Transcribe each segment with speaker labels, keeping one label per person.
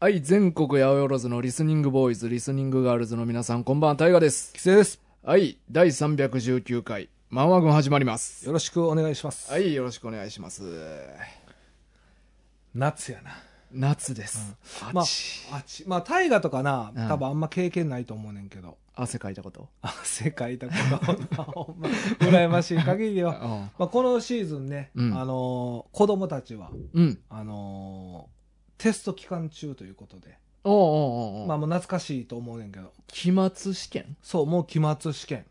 Speaker 1: はい、全国八百万のリスニングボーイズ、リスニングガールズの皆さん、こんばんは、タイガです。
Speaker 2: 規制です。
Speaker 1: はい、第319回、マンワ軍始まります。
Speaker 2: よろしくお願いします。
Speaker 1: はい、よろしくお願いします。
Speaker 2: 夏やな。
Speaker 1: 夏です。
Speaker 2: まあ
Speaker 1: 暑い、
Speaker 2: あっち、まあ、大河とかな
Speaker 1: うん、
Speaker 2: 多分あんま経験ないと思うねんけど。
Speaker 1: 汗かいたこと。
Speaker 2: 汗かいたことが、 ほんま、羨ましい限りでは。
Speaker 1: あ
Speaker 2: まあ、このシーズンね、
Speaker 1: うん
Speaker 2: あのー子供たちは、
Speaker 1: うん。
Speaker 2: あのーテスト期間中ということで、
Speaker 1: おうおうおうおう
Speaker 2: まあ、もう懐かしいと思うねんけど、
Speaker 1: 期末試験
Speaker 2: そう、もう期末試験、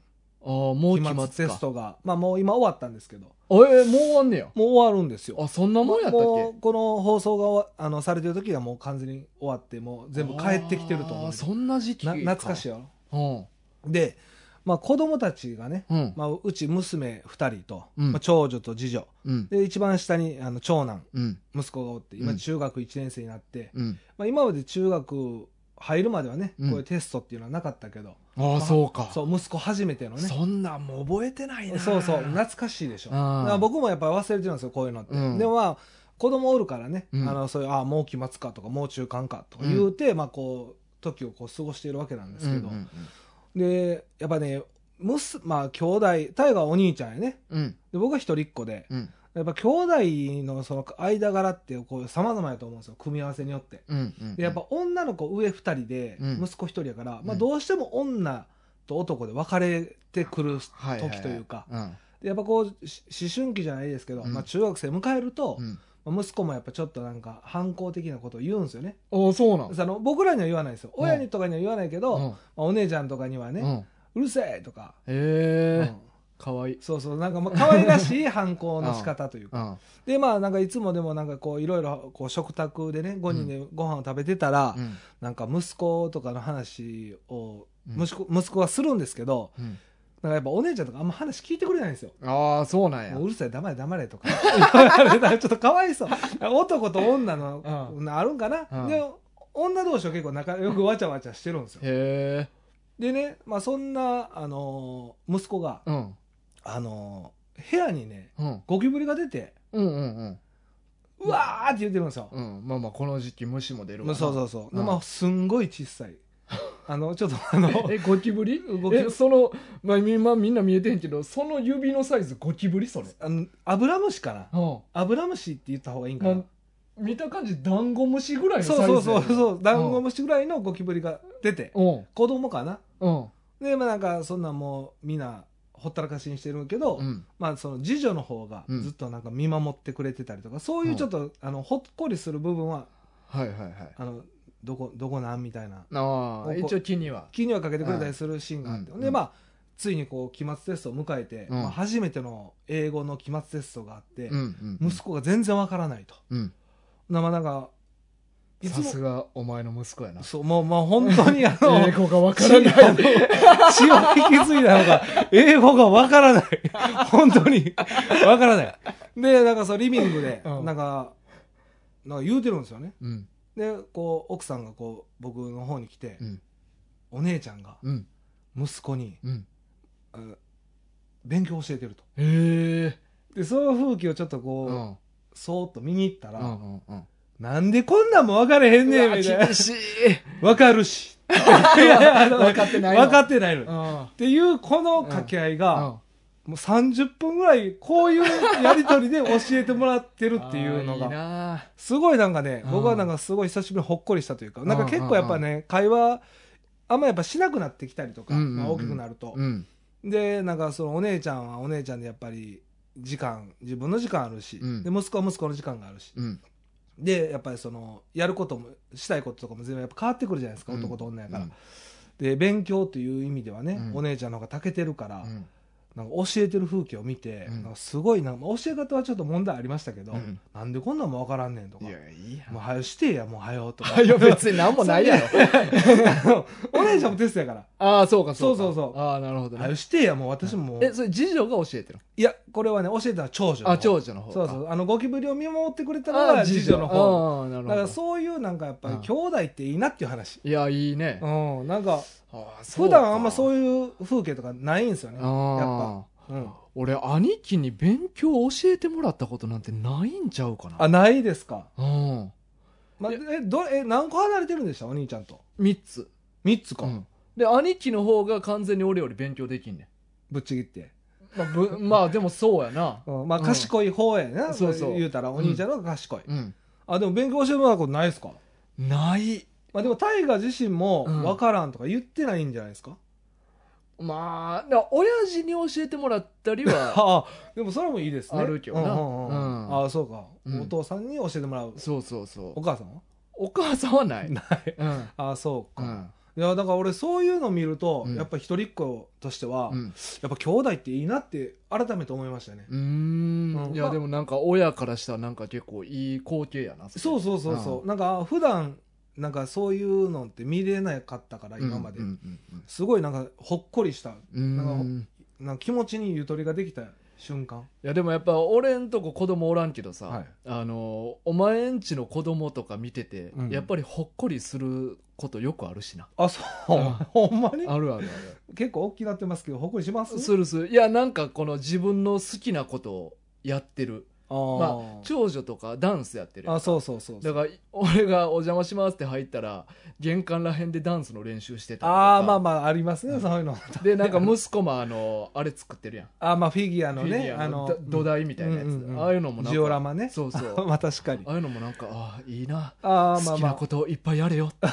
Speaker 1: ああ、もう期末か。
Speaker 2: テストが、まあ、もう今終わったんですけど、も
Speaker 1: あえーもう終わんねや。
Speaker 2: う終わるんですよ。
Speaker 1: あ、そんなもんやったっ
Speaker 2: も
Speaker 1: け
Speaker 2: うこの放送が終わあのされてる時はもう完全に終わってもう全部帰ってきてると思
Speaker 1: あ
Speaker 2: う
Speaker 1: ーそんな時期
Speaker 2: な懐かしい
Speaker 1: い。
Speaker 2: やろ
Speaker 1: うん。
Speaker 2: で、まあ、子供たちがね、
Speaker 1: うん。
Speaker 2: まあ、うち娘2人と、
Speaker 1: うん
Speaker 2: まあ、長女と次女
Speaker 1: うん。
Speaker 2: で一番下にあの長男
Speaker 1: うん。
Speaker 2: 息子がおって
Speaker 1: う
Speaker 2: 今
Speaker 1: ん
Speaker 2: 中学1年生になって、
Speaker 1: うん。
Speaker 2: まあ、今まで中学入るまではね、
Speaker 1: うん
Speaker 2: こういうテストっていうのはなかったけど、
Speaker 1: ああ、
Speaker 2: まあ
Speaker 1: そうか。
Speaker 2: そう息子初めてのね
Speaker 1: そんなんもう覚えてないな。
Speaker 2: そうそう懐かしいでしょ
Speaker 1: あ
Speaker 2: だ
Speaker 1: ー
Speaker 2: から僕もやっぱり忘れてるんですよこういうのって、
Speaker 1: うん
Speaker 2: でもまあ子供おるからね、
Speaker 1: うん
Speaker 2: あのそういうああもう期末かとかもう中間かとか言うて、まあこう時をこう過ごしているわけなんですけど、
Speaker 1: うんうん
Speaker 2: でやっぱねむすまあ兄弟大がお兄ちゃんやね
Speaker 1: うんうん
Speaker 2: で僕は一人っ子で
Speaker 1: うん
Speaker 2: やっぱ兄弟のその間柄ってこう様々やと思うんですよ組み合わせによって
Speaker 1: うんうん
Speaker 2: でやっぱ女の子上二人で
Speaker 1: うん
Speaker 2: 息子一人やから、
Speaker 1: う
Speaker 2: まあ、
Speaker 1: ん
Speaker 2: どうしても女と男で分かれてくる
Speaker 1: はいはいはい
Speaker 2: 時というか、
Speaker 1: うん
Speaker 2: でやっぱこうし思春期じゃないですけど、
Speaker 1: うん
Speaker 2: まあ、中学生迎えると
Speaker 1: う、ん
Speaker 2: まあ息子もやっぱちょっとなんか反抗的なことを言うんですよね、
Speaker 1: ああそうなん
Speaker 2: その僕らには言わないですよ
Speaker 1: うん
Speaker 2: 親にとかには言わないけど、
Speaker 1: う
Speaker 2: ま
Speaker 1: ん
Speaker 2: あ、お姉ちゃんとかには
Speaker 1: う
Speaker 2: ね、
Speaker 1: ん
Speaker 2: うるせえとか、う
Speaker 1: へえ
Speaker 2: ん
Speaker 1: かわいい
Speaker 2: そうそうなんかまあ可愛らしい反抗の仕方という
Speaker 1: う
Speaker 2: か、
Speaker 1: ん
Speaker 2: でまあなんかいつもでもなんかこういろいろこう食卓でね5人でご飯を食べてたら、
Speaker 1: うん
Speaker 2: なんか息子とかの話を
Speaker 1: うん
Speaker 2: 息子,、息子はするんですけど
Speaker 1: うん
Speaker 2: なんかやっぱお姉ちゃんとかあんま話聞いてくれないんですよ
Speaker 1: ああそうなんや
Speaker 2: もううるさい黙れ黙れとか言われたちょっとかわいそう男と女の、
Speaker 1: う
Speaker 2: あるんかな、
Speaker 1: うん
Speaker 2: で女同士は結構仲よくわちゃわちゃしてるんですよ
Speaker 1: へえ
Speaker 2: でね、まあ、そんな、あのー息子が、
Speaker 1: うん
Speaker 2: あのー部屋にね
Speaker 1: うん
Speaker 2: ゴキブリが出て
Speaker 1: うんうんうん
Speaker 2: うわーって言ってるんですよ、
Speaker 1: うんまあまあこの時期虫も出る
Speaker 2: ま
Speaker 1: わ
Speaker 2: あそう
Speaker 1: う
Speaker 2: そうそう、
Speaker 1: うん
Speaker 2: まあ、すんごい小さいあのちょっとあの
Speaker 1: えゴキブリ
Speaker 2: ゴキブ
Speaker 1: え
Speaker 2: リ
Speaker 1: そのまあみまあみんな見えてへんけどその指のサイズゴキブリそれ
Speaker 2: あのアブラムシかな
Speaker 1: うん
Speaker 2: アブラムシって言った方がいいんか
Speaker 1: ま
Speaker 2: な、
Speaker 1: あ見た感じダンゴムシぐらいのサイ
Speaker 2: そう
Speaker 1: ズ
Speaker 2: そうそうそうダンゴ
Speaker 1: ムシ
Speaker 2: ムシぐらいのゴキブリが出て
Speaker 1: うん
Speaker 2: 子供かな
Speaker 1: うん
Speaker 2: でまあなんかそんなんもうみんなほったらかしにしてるけど、
Speaker 1: うん
Speaker 2: まあその次女の方が
Speaker 1: うん
Speaker 2: ずっとなんか見守ってくれてたりとかそういうちょっと、あのほっこりする部分は
Speaker 1: はいはいはい
Speaker 2: あのどこどこなんみたいな
Speaker 1: ああ一応気には
Speaker 2: 気にはかけてくれたりするシーンがあって、
Speaker 1: うん
Speaker 2: でまあついにこう期末テストを迎えて、
Speaker 1: うん
Speaker 2: まあ、初めての英語の期末テストがあって、
Speaker 1: うん
Speaker 2: 息子が全然わからないと。
Speaker 1: うん
Speaker 2: なまあなんかいつ
Speaker 1: さ
Speaker 2: も
Speaker 1: すがお前の息子やな
Speaker 2: そうもうまあ本当にあ の
Speaker 1: 英語がわからない
Speaker 2: 血を血を引き継いだのが、英語がわからない。 本当に。わからない。で、なんかそう、リビングで、
Speaker 1: うん
Speaker 2: なんか、なんか言うてるんですよね。
Speaker 1: うん
Speaker 2: で、こう、奥さんがこう、僕の方に来て、
Speaker 1: うん
Speaker 2: お姉ちゃんが、
Speaker 1: うん
Speaker 2: 息子に、
Speaker 1: うん
Speaker 2: あ勉強教えてると。
Speaker 1: へえ
Speaker 2: で、その風景をちょっとこ
Speaker 1: う
Speaker 2: う、
Speaker 1: ん
Speaker 2: そーっと見に行った
Speaker 1: う
Speaker 2: ら、
Speaker 1: んうんうん
Speaker 2: なんでこんなんも分かれへんね
Speaker 1: うん
Speaker 2: みたいな
Speaker 1: 厳。しい
Speaker 2: わか るし。いやいやあの
Speaker 1: 分かってないの
Speaker 2: 分かってないの。
Speaker 1: う
Speaker 2: っ
Speaker 1: ん
Speaker 2: ていう、この掛け合い
Speaker 1: う
Speaker 2: が、
Speaker 1: ん
Speaker 2: もう30分ぐらいこういうやりとりで教えてもらってるっていうの
Speaker 1: あーいい
Speaker 2: が
Speaker 1: なあ
Speaker 2: すごいなんかね
Speaker 1: うん
Speaker 2: 僕はなんかすごい久しぶりにほっこりしたというか
Speaker 1: ん
Speaker 2: なんか結構やっぱね会話あんまやっぱしなくなってきたりとか
Speaker 1: うんうんうん
Speaker 2: まあ大きくなると
Speaker 1: うん
Speaker 2: でなんかそのお姉ちゃんはお姉ちゃんでやっぱり時間自分の時間あるし
Speaker 1: うん
Speaker 2: で息子は息子の時間があるし
Speaker 1: うん
Speaker 2: でやっぱりそのやることもしたいこととかも全部やっぱ変わってくるじゃないですか
Speaker 1: うん
Speaker 2: 男と女やか
Speaker 1: う
Speaker 2: ら
Speaker 1: ん
Speaker 2: で勉強という意味ではね
Speaker 1: うん
Speaker 2: お姉ちゃんの方が長けてるから
Speaker 1: うん
Speaker 2: なんか教えてる風景を見て、
Speaker 1: うん
Speaker 2: なんかすごいな、まあ教え方はちょっと問題ありましたけど、
Speaker 1: うん
Speaker 2: なんでこんなんもわからんねんとか、
Speaker 1: いやいいや
Speaker 2: もうはよしてや、もうはよとか。
Speaker 1: いや 別に何もないやろ
Speaker 2: お姉ちゃんもテストやから、
Speaker 1: ああそうかそうか
Speaker 2: そうそうそう
Speaker 1: ああなるほど
Speaker 2: はよ
Speaker 1: ね
Speaker 2: してや、もう私ももう
Speaker 1: えそれ次女が教えてる
Speaker 2: いや、これはね、教えたのは長女の方
Speaker 1: あ長女の方
Speaker 2: そうそう、あのゴキブリを見守ってくれたの
Speaker 1: あ
Speaker 2: が
Speaker 1: あ
Speaker 2: 次女の方。
Speaker 1: ああなるほ
Speaker 2: だか
Speaker 1: ど
Speaker 2: らそういうなんかやっぱり
Speaker 1: うん
Speaker 2: 兄弟っていいなっていう話。
Speaker 1: いやいいね
Speaker 2: うん、なんか
Speaker 1: ああそう
Speaker 2: 普
Speaker 1: か
Speaker 2: 段あんまそういう風景とかないんですよね。やっぱ。
Speaker 1: ああ
Speaker 2: うん、
Speaker 1: 俺兄貴に勉強教えてもらったことなんてないんちゃうかな
Speaker 2: あ、ないですか。
Speaker 1: うん
Speaker 2: まあ、え、ど、え、何個離れてるんでしたお兄ちゃんと。
Speaker 1: 3つ。
Speaker 2: 3つか。
Speaker 1: うんで、兄貴の方が完全に俺より勉強できんね
Speaker 2: ぶっちぎって。
Speaker 1: ん。まあ、ぶまあでもそうやな。
Speaker 2: うん、まあ、賢い方やな。
Speaker 1: そうそう
Speaker 2: 言うたら、お兄ちゃんの方が賢い。
Speaker 1: うん。
Speaker 2: あ、でも勉強してもらうことないですか
Speaker 1: ない。
Speaker 2: まあ、でも、大河自身も、
Speaker 1: うん
Speaker 2: わからんとか言ってないんじゃないですか、
Speaker 1: まあ、だから親父に教えてもらったり は、
Speaker 2: ああ、でも、それもいいですね。
Speaker 1: あるけどな
Speaker 2: うんうんうん
Speaker 1: うん
Speaker 2: ああ、そうか、
Speaker 1: うん
Speaker 2: お父さんに教えてもらう。
Speaker 1: そうそうそ
Speaker 2: お母さんは
Speaker 1: う。お母さんはない。
Speaker 2: ない。
Speaker 1: うん。
Speaker 2: ああ、そう
Speaker 1: う
Speaker 2: か。
Speaker 1: ん。
Speaker 2: いやだから俺そういうの見ると、
Speaker 1: うん
Speaker 2: やっぱ一人っ子としては、
Speaker 1: うん
Speaker 2: やっぱ兄弟っていいなって改めて思いましたね、
Speaker 1: うー
Speaker 2: うんん
Speaker 1: いやでもなんか親からしたらなんか結構いい光景やな
Speaker 2: そう
Speaker 1: そ
Speaker 2: そうそうそう、なんか普段なんかそういうのって見れなかったから
Speaker 1: れ
Speaker 2: 今まで、
Speaker 1: うんうん
Speaker 2: すごいなんかほっこりした
Speaker 1: うんうん
Speaker 2: な
Speaker 1: うん
Speaker 2: なんか気持ちにゆとりができた瞬間
Speaker 1: いやでもやっぱ俺んとこ子供おらんけどさ、
Speaker 2: はい
Speaker 1: あのお前んちの子供とか見てて、
Speaker 2: うん
Speaker 1: やっぱりほっこりすることよくあるしな
Speaker 2: あそう、
Speaker 1: うん
Speaker 2: ほんまに
Speaker 1: あるある
Speaker 2: 結構大きくなってますけどほっこりしま
Speaker 1: ある
Speaker 2: す
Speaker 1: するするいやなんかこの自分の好きなことをやってる
Speaker 2: あー、
Speaker 1: まあ長女とかダンスやってるやん
Speaker 2: あそうそうそうそ
Speaker 1: だ
Speaker 2: う
Speaker 1: から俺が「お邪魔します」って入ったら玄関らへんでダンスの練習してたりとか
Speaker 2: ああまあまあありますね、
Speaker 1: うん
Speaker 2: そういうの
Speaker 1: でなんか息子もあのあれ作ってるやん
Speaker 2: あーまあフィギュアの
Speaker 1: フィギ
Speaker 2: ね
Speaker 1: ュア
Speaker 2: あ
Speaker 1: の
Speaker 2: の
Speaker 1: だ土台みたいなやつ、
Speaker 2: うんうんうん
Speaker 1: ああいうのもなんか
Speaker 2: ジオラマね
Speaker 1: そうそう
Speaker 2: まあ確かに
Speaker 1: ああいうのもなんかああいいな
Speaker 2: ああま
Speaker 1: 好
Speaker 2: あ
Speaker 1: き
Speaker 2: ま
Speaker 1: な
Speaker 2: あ
Speaker 1: ことをいっぱいやれよって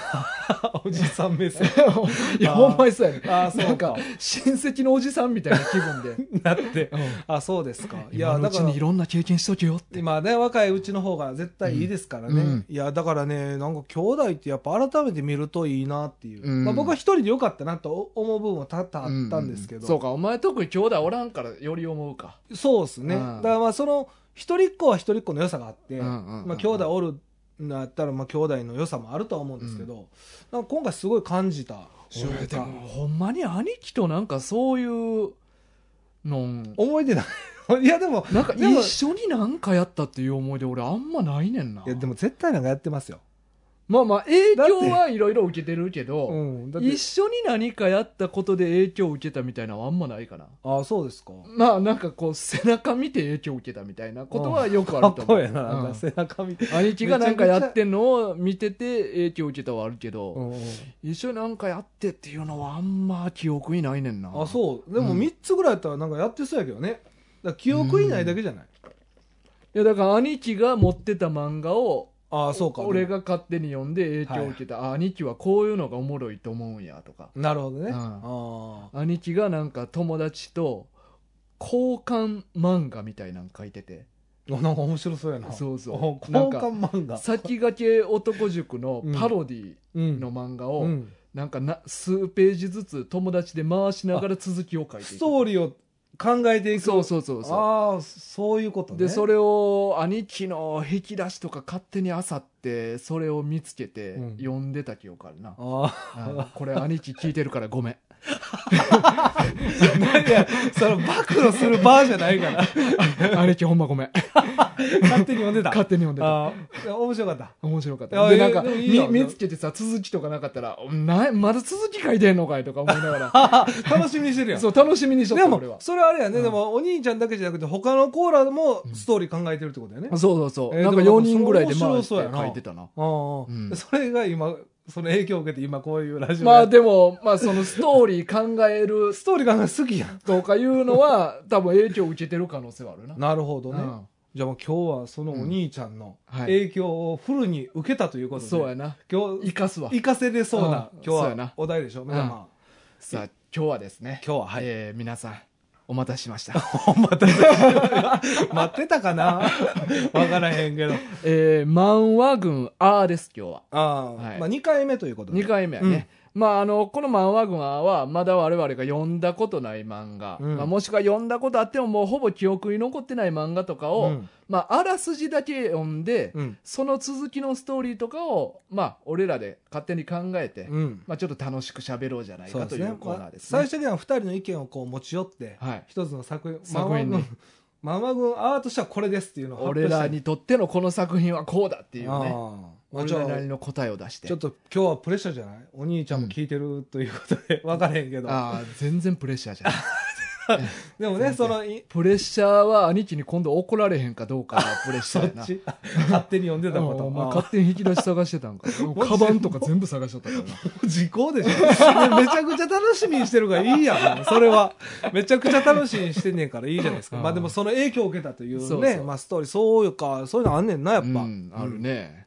Speaker 2: おじさん目線
Speaker 1: いや
Speaker 2: あー
Speaker 1: ほんまにそうやね
Speaker 2: あーそうか
Speaker 1: なんか親戚のおじさんみたいな気分で
Speaker 2: なって
Speaker 1: うん
Speaker 2: あそうですかい
Speaker 1: 今
Speaker 2: や
Speaker 1: のう
Speaker 2: だ
Speaker 1: ち
Speaker 2: から
Speaker 1: にいろんな経験しとけよって
Speaker 2: 今ね若いうちの方が絶対いいですからね、
Speaker 1: うんうん
Speaker 2: いやだからねなんか兄弟ってやっぱ改めて見るといいなっていう、
Speaker 1: うん
Speaker 2: まあ、僕は一人でよかったなと思う部分は多々あったんですけど、
Speaker 1: ううそうかお前特に兄弟おらんからより思うか
Speaker 2: そうですね、
Speaker 1: うん
Speaker 2: だからまあその一人っ子は一人っ子の良さがあって、
Speaker 1: うんうんうん
Speaker 2: まあ、兄弟おるのやったらまあ兄弟の良さもあるとは思うんですけど、なんか今回すごい感じた瞬
Speaker 1: 俺でも
Speaker 2: 間
Speaker 1: ほんまに兄貴となんかそういうのん
Speaker 2: 思い出ないい やでも
Speaker 1: なんか
Speaker 2: でも
Speaker 1: 一緒になんかやったっていう思い出俺あんまないねんない
Speaker 2: やでも絶対なんかやってますよ、
Speaker 1: まあまあ影響はいろいろ受けてるけど、
Speaker 2: うん、だって
Speaker 1: 一緒に何かやったことで影響を受けたみたいなのはあんまないかな
Speaker 2: ああそうですか
Speaker 1: まあなんかこう背中見て影響を受けたみたいなことはよくあ
Speaker 2: か
Speaker 1: る
Speaker 2: っ
Speaker 1: と思
Speaker 2: こ
Speaker 1: う、
Speaker 2: ええな、なんか背中見て、
Speaker 1: うん兄貴がなんかやってんのを見てて影響を受けたはあるけど、
Speaker 2: うんうん
Speaker 1: 一緒になんかやってっていうのはあんま記憶にないねんな
Speaker 2: あそうで
Speaker 1: う
Speaker 2: も
Speaker 1: ん
Speaker 2: 3つぐらいやったらなんかやってそうやけどねだから記憶以内だけじゃない、
Speaker 1: いやだから兄貴が持ってた漫画を
Speaker 2: ああそうか
Speaker 1: 俺が勝手に読んで影響を受けた、あ兄貴はこういうのがおもろいと思うんやとか
Speaker 2: なるほどね、
Speaker 1: うん
Speaker 2: ああ
Speaker 1: 兄貴がなんか友達と交換漫画みたいなの書いてて
Speaker 2: なんか面白そうやな
Speaker 1: そうそう
Speaker 2: お交
Speaker 1: なん
Speaker 2: 換
Speaker 1: か
Speaker 2: 漫画
Speaker 1: 先駆け男塾のパロディ
Speaker 2: うん
Speaker 1: の漫画
Speaker 2: う
Speaker 1: を
Speaker 2: ん
Speaker 1: なんかな数ページずつ友達で回しながら続きを書いて
Speaker 2: ス
Speaker 1: い
Speaker 2: ト
Speaker 1: く
Speaker 2: ーリーを考えていく
Speaker 1: そうそうそうそ
Speaker 2: ああそういうこと
Speaker 1: う
Speaker 2: ね
Speaker 1: でそ
Speaker 2: れ
Speaker 1: れを兄貴の引き出しとか勝手にあさってそれを見つけて
Speaker 2: うん
Speaker 1: 読んでた記憶あるな、
Speaker 2: あ
Speaker 1: うんこれ兄貴聞いてるからごめん
Speaker 2: あ いやその暴露するバーじゃないから
Speaker 1: 兄貴ほんまごめん
Speaker 2: 勝手に読んでた
Speaker 1: 勝手に読んでた
Speaker 2: ああいや面白かった
Speaker 1: 面白かっ
Speaker 2: い
Speaker 1: た。
Speaker 2: や
Speaker 1: で、
Speaker 2: い
Speaker 1: な
Speaker 2: や
Speaker 1: んか、
Speaker 2: でもいいや
Speaker 1: み見つけてさ、続きとかなかったら、な、まだ続き書いてんのかいとか思いなが
Speaker 2: ああ楽しみにしてるや
Speaker 1: ら、
Speaker 2: ん
Speaker 1: そう、楽しみにしとっ
Speaker 2: で
Speaker 1: た、俺は
Speaker 2: も。それはあれやね、
Speaker 1: うん
Speaker 2: でもお兄ちゃんだけじゃなくて他のコーラもストーリー考えてるってことやね、
Speaker 1: そうそうそう。
Speaker 2: えー
Speaker 1: なんか
Speaker 2: でも
Speaker 1: 4人ぐらいで回し
Speaker 2: 面白
Speaker 1: て
Speaker 2: そうやな
Speaker 1: 書いてたな。
Speaker 2: ああ、
Speaker 1: うん
Speaker 2: それが今その影響を受けて今こういうラジオ
Speaker 1: まあ
Speaker 2: やって
Speaker 1: でも、まあそのストーリー考える
Speaker 2: ストーリーが好きやん
Speaker 1: とかいうのは、多分影響を受けてる可能性はあるな。
Speaker 2: なるほどね、
Speaker 1: うん
Speaker 2: じゃあもう今日はそのお兄ちゃんの
Speaker 1: はい
Speaker 2: 影響をフルに受けたということで、
Speaker 1: そうやな。
Speaker 2: 今
Speaker 1: 生
Speaker 2: 日
Speaker 1: かすわ。
Speaker 2: 行かせれそうな
Speaker 1: うん
Speaker 2: 今
Speaker 1: そうや
Speaker 2: 日
Speaker 1: な
Speaker 2: はお題でしょ、まあまあ
Speaker 1: さあ、今日はですね、
Speaker 2: 今日ははい
Speaker 1: えー皆さん、お待たせしま した。
Speaker 2: 待ってた かなわからへんけど
Speaker 1: えー、漫画群 R です、今日は。
Speaker 2: ああ、
Speaker 1: はい
Speaker 2: まあ2回目ということで
Speaker 1: 2回目やね、まああのこの「漫画群」はまだ我々が読んだことない漫画、
Speaker 2: うん
Speaker 1: まあ、もしくは読んだことあってももうほぼ記憶に残ってない漫画とかを、
Speaker 2: うん
Speaker 1: まあ、あらすじだけ読んで、
Speaker 2: うん
Speaker 1: その続きのストーリーとかをまあ俺らで勝手に考えて、
Speaker 2: うん
Speaker 1: まあ、ちょっと楽しく喋ろうじゃない
Speaker 2: そう
Speaker 1: か
Speaker 2: で
Speaker 1: と
Speaker 2: す
Speaker 1: い
Speaker 2: ね
Speaker 1: うコーナーです
Speaker 2: まあ
Speaker 1: ね
Speaker 2: 最終的には2人の意見をこう持ち寄って、
Speaker 1: はい
Speaker 2: 一つの作品
Speaker 1: 作品に
Speaker 2: ママ軍ママ軍アートとしてはこれですっていうのを発表
Speaker 1: 俺
Speaker 2: したい
Speaker 1: らにとってのこの作品はこうだっていう
Speaker 2: ああ
Speaker 1: ね
Speaker 2: まあ
Speaker 1: 俺
Speaker 2: ちょ
Speaker 1: らなりの答えを出して
Speaker 2: ちょっと今日はプレッシャーじゃないお兄ちゃんも聞いてるということで、分からへんけど
Speaker 1: ああ全然プレッシャーじゃない
Speaker 2: でもね、その、い
Speaker 1: プレッシャーは兄貴に今度怒られへんかどうかがプレッシ
Speaker 2: そ
Speaker 1: ャーや
Speaker 2: っ
Speaker 1: な。
Speaker 2: ち、勝手に読んでたこ
Speaker 1: うん
Speaker 2: と。
Speaker 1: お前
Speaker 2: あ
Speaker 1: 勝手に引き出し探してたんか。 カバンとか全部探しとったからな。
Speaker 2: 時効でしょめちゃくちゃ楽しみにしてるからいいやん。それは。めちゃくちゃ楽しみにしてんねんからいいじゃないですか。
Speaker 1: うん
Speaker 2: まあでもその影響を受けたというね、
Speaker 1: そうそう
Speaker 2: まあストーリー、そういうか、そういうのあんねんな、やっぱ。
Speaker 1: うん、あるね。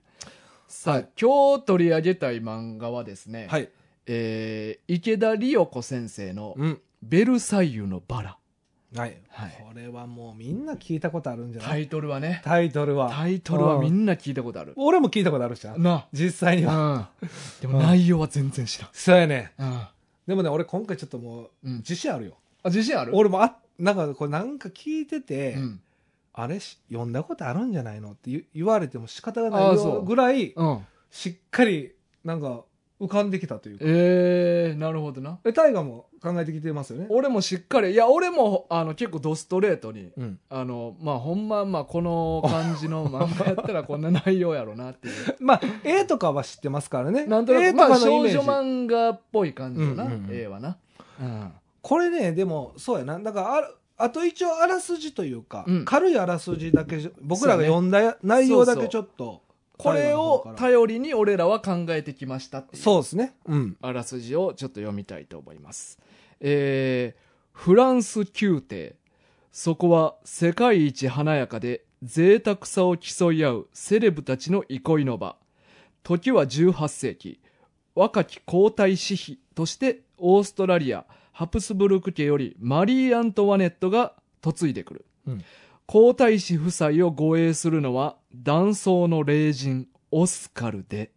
Speaker 1: さあ、今日取り上げたい漫画はですね、
Speaker 2: はい。
Speaker 1: えー池田理代子先生の
Speaker 2: うん。
Speaker 1: 「ベルサイユのバラ
Speaker 2: はい。
Speaker 1: はい
Speaker 2: これはもうみんな聞いたことあるんじ」ゃない、
Speaker 1: タイトルはね
Speaker 2: タイトルは。
Speaker 1: タイトルはみんな聞いたことある、
Speaker 2: 俺も聞いたことあるじゃん。
Speaker 1: な、
Speaker 2: 実際
Speaker 1: う
Speaker 2: には。
Speaker 1: ん、でも内容は全然知らん、
Speaker 2: そうやね。
Speaker 1: うん
Speaker 2: でもね、俺今回ちょっともう、
Speaker 1: うん
Speaker 2: 自信あるよ。
Speaker 1: あ自信ある
Speaker 2: 俺もあ、なんかこれなんか聞いてて、
Speaker 1: うん
Speaker 2: あれし読んだことあるんじゃないのって言言われても仕方がない
Speaker 1: あーそ
Speaker 2: よ
Speaker 1: う
Speaker 2: ぐらい、
Speaker 1: うん、
Speaker 2: しっかりなんか浮かんできたというか
Speaker 1: えー、なるほどな
Speaker 2: え大河も考えてきてますよね
Speaker 1: 俺もしっかりいや俺もあの結構ドストレートに
Speaker 2: うん、
Speaker 1: あのまあほんままあこの感 じの漫画やったらこんな内容やろなっていう
Speaker 2: まあ絵とかは知ってますから ね
Speaker 1: なんとな
Speaker 2: 絵
Speaker 1: く、
Speaker 2: と
Speaker 1: まあ、
Speaker 2: かのイ
Speaker 1: 少
Speaker 2: メージ、
Speaker 1: 女漫画っぽい感じよな、
Speaker 2: うんうんうん
Speaker 1: 絵はな、うん、
Speaker 2: これねでもそうやなだからあるあと一応あらすじというか、
Speaker 1: うん
Speaker 2: 軽いあらすじだけじゃ僕らが
Speaker 1: そうね
Speaker 2: 読んだや内容だ
Speaker 1: そう
Speaker 2: け
Speaker 1: そう
Speaker 2: ちょっと
Speaker 1: これを
Speaker 2: 大河の方から
Speaker 1: 頼りに俺らは考えてきましたっていう
Speaker 2: そうですねうん
Speaker 1: あらすじをちょっと読みたいと思います。えーフランス宮廷。そこは世界一華やかで贅沢さを競い合うセレブたちの憩いの場。時は18世紀。若き皇太子妃としてオーストラリア、ハプスブルク家よりマリー・アントワネットが嫁いでくる。
Speaker 2: うん
Speaker 1: 皇太子夫妻を護衛するのは男装の霊人オスカルで、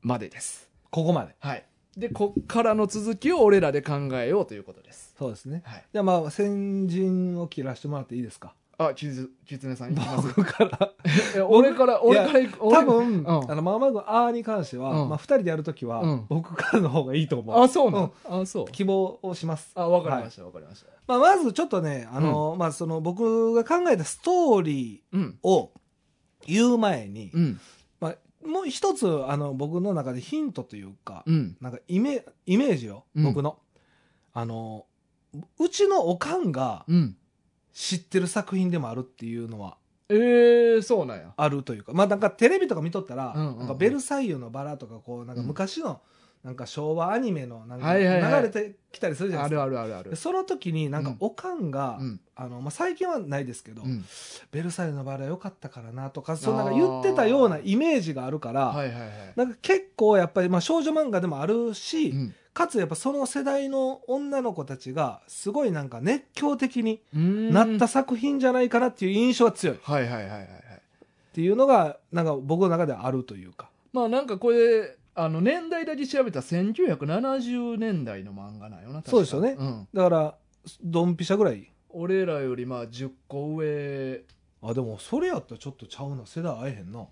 Speaker 1: までです。
Speaker 2: ここまで
Speaker 1: はい。で、こっからの続きを俺らで考えようということです。
Speaker 2: そうですね
Speaker 1: はい。
Speaker 2: じゃあまあ先陣を切らせてもらっていいですか
Speaker 1: あ、きつ、きつね さん行きます。
Speaker 2: 僕から
Speaker 1: いや俺から、俺から行く。俺
Speaker 2: 多分、
Speaker 1: ん
Speaker 2: あのマーマグアーに関しては、
Speaker 1: うん
Speaker 2: まあ、2人でやるときは、
Speaker 1: うん
Speaker 2: 僕からの方がいいと思う
Speaker 1: あ、そうなん、あ、そう。
Speaker 2: 希望をします
Speaker 1: あ、わかりま
Speaker 2: し
Speaker 1: した、わ、かりました。
Speaker 2: た、まあ、まずちょっとねあの、まあ、その僕が考えたストーリ
Speaker 1: うん。
Speaker 2: ーを言う前に、
Speaker 1: うん。
Speaker 2: まあ、もう一つあの僕の中でヒントというか、
Speaker 1: うん。
Speaker 2: なんかイメイメージよ
Speaker 1: うん
Speaker 2: 僕の、あのうちのおかんが
Speaker 1: うん。
Speaker 2: 知ってる作品でもあるっていうのは
Speaker 1: えー、そうなんや。
Speaker 2: あるというかまあなんかテレビとか見とったら「
Speaker 1: うんうんうん
Speaker 2: なんかベルサイユのバラ」とかこうなんか昔のなんか昭和アニメのなんか
Speaker 1: はいはいはい
Speaker 2: 流れてきたりするじゃな
Speaker 1: あ
Speaker 2: いです
Speaker 1: る
Speaker 2: か。
Speaker 1: あるあるある
Speaker 2: で。その時になん
Speaker 1: う
Speaker 2: か
Speaker 1: ん
Speaker 2: おかんが、
Speaker 1: うん。
Speaker 2: あのまあ、最近はないですけど
Speaker 1: う
Speaker 2: 「
Speaker 1: ん。
Speaker 2: ベルサイユのバラ良かったからな」とかそうなんか言ってたようなイメージがあるから、
Speaker 1: はいはいはい。
Speaker 2: なんか結構やっぱり、まあ、少女漫画でもあるし、
Speaker 1: うん。
Speaker 2: かつやっぱその世代の女の子たちがすごいなんか熱狂的に
Speaker 1: うーん
Speaker 2: なった。作品じゃないかなっていう印象が強いっ
Speaker 1: はいはいはいはいはい。
Speaker 2: ていうのがなんか僕の中ではあるというか。
Speaker 1: まあなんかこれ、あの年代だけ調べたら1970年代の漫画なんよな、確か
Speaker 2: そうですよね
Speaker 1: うん。
Speaker 2: だからドンピシャぐらい
Speaker 1: 俺らよりまあ10個上
Speaker 2: あでもそれやったらちょっとちゃうな世代会えへんな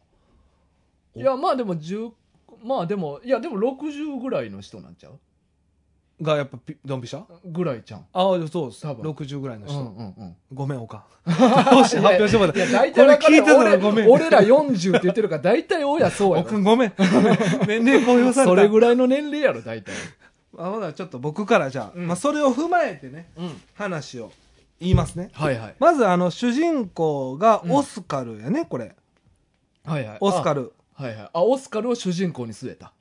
Speaker 2: い
Speaker 1: やまあでも10まあでもいやでも60ぐらいの人なんちゃう
Speaker 2: がやっぱピドンピシャ
Speaker 1: ぐらいちゃうん
Speaker 2: ああそうです
Speaker 1: 多分
Speaker 2: 60ぐらいの
Speaker 1: う
Speaker 2: 人、
Speaker 1: んうんうん
Speaker 2: ごめんおかんどうして発表してもらっ
Speaker 1: い
Speaker 2: た
Speaker 1: や大体わかる
Speaker 2: これ聞いてたら
Speaker 1: 俺
Speaker 2: ごめん
Speaker 1: 俺ら40って言ってるから大体親そうや
Speaker 2: おか
Speaker 1: ろ
Speaker 2: んごめん 年齢公表された
Speaker 1: それぐらいの年齢やろ大体
Speaker 2: あほなちょっと僕からじゃあ、
Speaker 1: うん
Speaker 2: まあ、それを踏まえてね
Speaker 1: うん
Speaker 2: 話を言いますね
Speaker 1: はいはい
Speaker 2: まずあの主人公が
Speaker 1: うん
Speaker 2: オスカルやね、これ
Speaker 1: はいはい
Speaker 2: オスカ
Speaker 1: ル
Speaker 2: ル
Speaker 1: はいはいあオスカルを主人公に据えた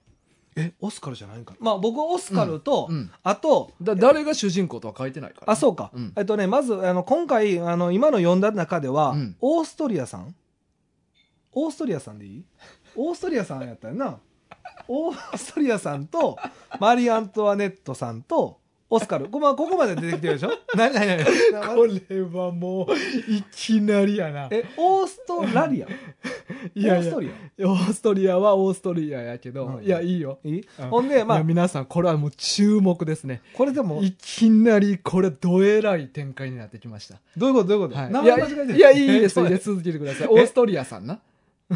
Speaker 2: えオスカルじゃないんかまあ僕はオスカルと、
Speaker 1: うん
Speaker 2: あと
Speaker 1: だ誰が主人公とは書いてないから
Speaker 2: あそうか、
Speaker 1: うん
Speaker 2: えっとねまずあの今回あの今の読んだ中では、
Speaker 1: うん
Speaker 2: オーストリアさんオーストリアさんでいいオーストリアさんやったよなオーストリアさんとマリー・アントワネットさんとオスカルこ,、まあ、ここまで出てきてるでしょ 何何何
Speaker 1: これはもういきなりやな
Speaker 2: えオーストラリア
Speaker 1: いや
Speaker 2: オー
Speaker 1: い
Speaker 2: ス
Speaker 1: や
Speaker 2: トリ
Speaker 1: オーストリアはオーストリアやけど、
Speaker 2: うん
Speaker 1: いやいいよ
Speaker 2: アいい、
Speaker 1: うん
Speaker 2: ほんでま
Speaker 1: い
Speaker 2: あ
Speaker 1: や皆さんこれはもう注目ですね
Speaker 2: これでも
Speaker 1: いきなりこれどえらい展開になってきました、
Speaker 2: どういうことどういうこと、
Speaker 1: は
Speaker 2: 名
Speaker 1: い、い
Speaker 2: 前
Speaker 1: や
Speaker 2: 間違えてる
Speaker 1: いやいいですい いですす続けてくださいオーストリアさんな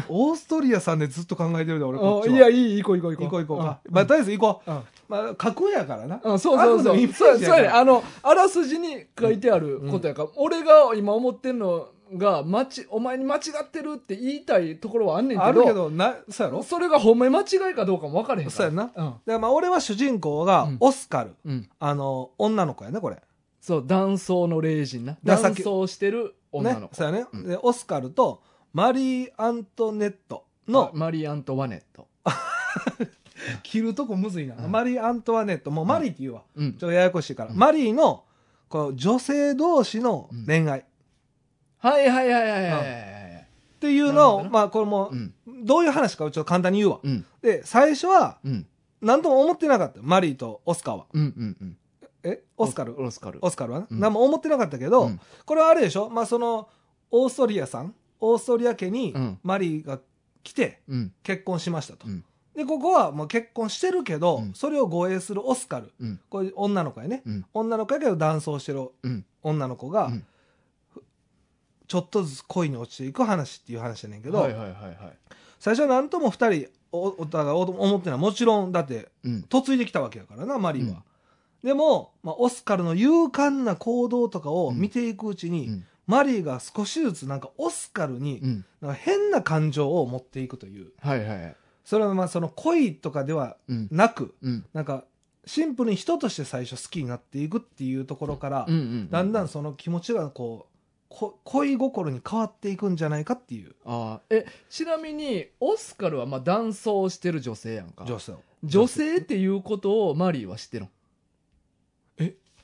Speaker 2: オーストリアさんでずっと考えてるで俺こ
Speaker 1: あ
Speaker 2: っちはい
Speaker 1: やいい行こう行こう
Speaker 2: 行
Speaker 1: 行
Speaker 2: こ
Speaker 1: こ
Speaker 2: う
Speaker 1: う
Speaker 2: 行こうか、
Speaker 1: うん
Speaker 2: まあとりあえず行こう、
Speaker 1: うん
Speaker 2: まあ架空やからな、
Speaker 1: うん、そうそうそう
Speaker 2: あくまでもイメージ
Speaker 1: そうやそ
Speaker 2: や
Speaker 1: うやね
Speaker 2: から
Speaker 1: あのあらすじに書いてあることやから、俺が今思ってんのが間ちお前に間違ってるって言いたいところはあんねんけど
Speaker 2: あるけどなそうやろ
Speaker 1: それが褒め間違いかどうかも分かれへんから
Speaker 2: そうやな
Speaker 1: うん
Speaker 2: でまあ俺は主人公が
Speaker 1: うん
Speaker 2: オスカル、
Speaker 1: うん
Speaker 2: あの女の子やねこれ
Speaker 1: そう、男装の霊人な。
Speaker 2: だからさっ
Speaker 1: 男
Speaker 2: き
Speaker 1: 装してる女の
Speaker 2: ね
Speaker 1: 子。
Speaker 2: そうやね、
Speaker 1: うん
Speaker 2: でオスカルとマリー・アントネットの
Speaker 1: マリー・アントワネット。
Speaker 2: 着るとこむずいな、
Speaker 1: うん
Speaker 2: マリー・アントワネットもうマリーって言うわ、
Speaker 1: うん
Speaker 2: ちょっとややこしいから、
Speaker 1: うん
Speaker 2: マリーのこう女性同士の恋愛っ
Speaker 1: はいはいはいはいはいはいはい。
Speaker 2: ていうのを、
Speaker 1: なるほどな
Speaker 2: まあこれも
Speaker 1: うん。
Speaker 2: どういう話かをちょっと簡単に言うわ、
Speaker 1: うん。
Speaker 2: で最初は
Speaker 1: うん。
Speaker 2: 何とも思ってなかったマリーとオスカーは
Speaker 1: うん。うん。うん。
Speaker 2: えオスカル
Speaker 1: オスカル。
Speaker 2: オスカルはね、
Speaker 1: うん
Speaker 2: 何も思ってなかったけど、
Speaker 1: うん
Speaker 2: これはあれでしょ、まあ、そのオーストリアさんオーストリア家に
Speaker 1: うん
Speaker 2: マリーが来て
Speaker 1: うん。
Speaker 2: 結婚しましたと、
Speaker 1: うん
Speaker 2: でここはもう結婚してるけど、
Speaker 1: うん
Speaker 2: それを護衛するオスカル
Speaker 1: うん。
Speaker 2: これ女の子やね、
Speaker 1: うん
Speaker 2: 女の子やけど男装してる
Speaker 1: うん。
Speaker 2: 女の子が、
Speaker 1: うん
Speaker 2: ちょっとずつ恋に落ちていく話っていう話やねんけど、
Speaker 1: はいはいはいはい。
Speaker 2: 最初は何とも2人おお互い思ってないもちろんだって
Speaker 1: うん。
Speaker 2: 嫁いできたわけやからなマリーは、でも、まあ、オスカルの勇敢な行動とかを見ていくうちに、
Speaker 1: うん
Speaker 2: マリーが少しずつなんかオスカルに
Speaker 1: うん。
Speaker 2: なんか変な感情を持っていくという
Speaker 1: はいはいはい。
Speaker 2: それはまあその恋とかでは
Speaker 1: うん。
Speaker 2: なく
Speaker 1: うん。
Speaker 2: なんかシンプルに人として最初好きになっていくっていうところから、
Speaker 1: うんうん。
Speaker 2: だんだんその気持ちがこうこ恋心に変わっていくんじゃないかっていう
Speaker 1: あーえちなみにオスカルはまあ男装をしてる女性やんか
Speaker 2: 女性を
Speaker 1: 女性っていうことをマリーは知ってるの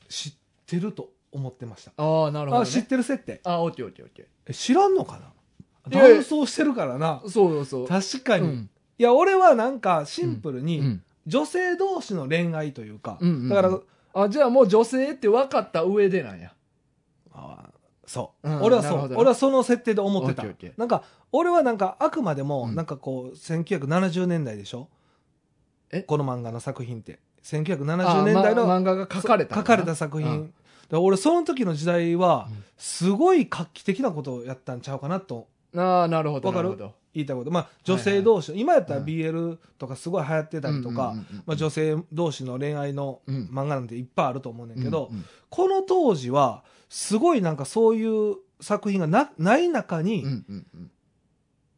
Speaker 2: 知ってると思ってました、
Speaker 1: ああなるほ
Speaker 2: あ
Speaker 1: ど、
Speaker 2: 知っ
Speaker 1: ね、
Speaker 2: てる設定
Speaker 1: ああオッケーオッケーオッケ
Speaker 2: え知らんのか
Speaker 1: い
Speaker 2: な
Speaker 1: やいや
Speaker 2: 男装してるからな
Speaker 1: ーそうそうそう
Speaker 2: 確かに、
Speaker 1: うん
Speaker 2: いや俺はなんかシンプル
Speaker 1: う
Speaker 2: に
Speaker 1: ん
Speaker 2: 女性同士の恋愛というか、
Speaker 1: うんうんうん
Speaker 2: だから
Speaker 1: あじゃあもう女性って分かった上でなんや
Speaker 2: あそう、
Speaker 1: うん
Speaker 2: 俺は
Speaker 1: な
Speaker 2: そ
Speaker 1: るほ
Speaker 2: う
Speaker 1: どな
Speaker 2: 俺はその設定で思って
Speaker 1: オッ
Speaker 2: た
Speaker 1: ケーオッケー
Speaker 2: なんか俺はなんかあくまでも
Speaker 1: うん
Speaker 2: なんかこう1970年代でしょ、
Speaker 1: え
Speaker 2: この漫画の作品って
Speaker 1: あ
Speaker 2: 1970
Speaker 1: ー
Speaker 2: 年代の、
Speaker 1: ま漫画が書かれた
Speaker 2: 書
Speaker 1: の
Speaker 2: かれた作
Speaker 1: う
Speaker 2: 品、
Speaker 1: ん
Speaker 2: だから俺その時の時代は
Speaker 1: うん
Speaker 2: すごい画期的なことをやったんちゃうかなと
Speaker 1: ああなるほど
Speaker 2: わか
Speaker 1: な
Speaker 2: る
Speaker 1: るほど
Speaker 2: 言いたいことまあ女性同士、今やったら BL とかすごい流行ってたりとか、
Speaker 1: うんうんうんうん
Speaker 2: まあ、女性同士の恋愛の
Speaker 1: うん
Speaker 2: 漫画なんていっぱいあると思うねんけど、
Speaker 1: うんうん
Speaker 2: この当時はすごいなんかそういう作品がなない中
Speaker 1: う
Speaker 2: に
Speaker 1: んうんうん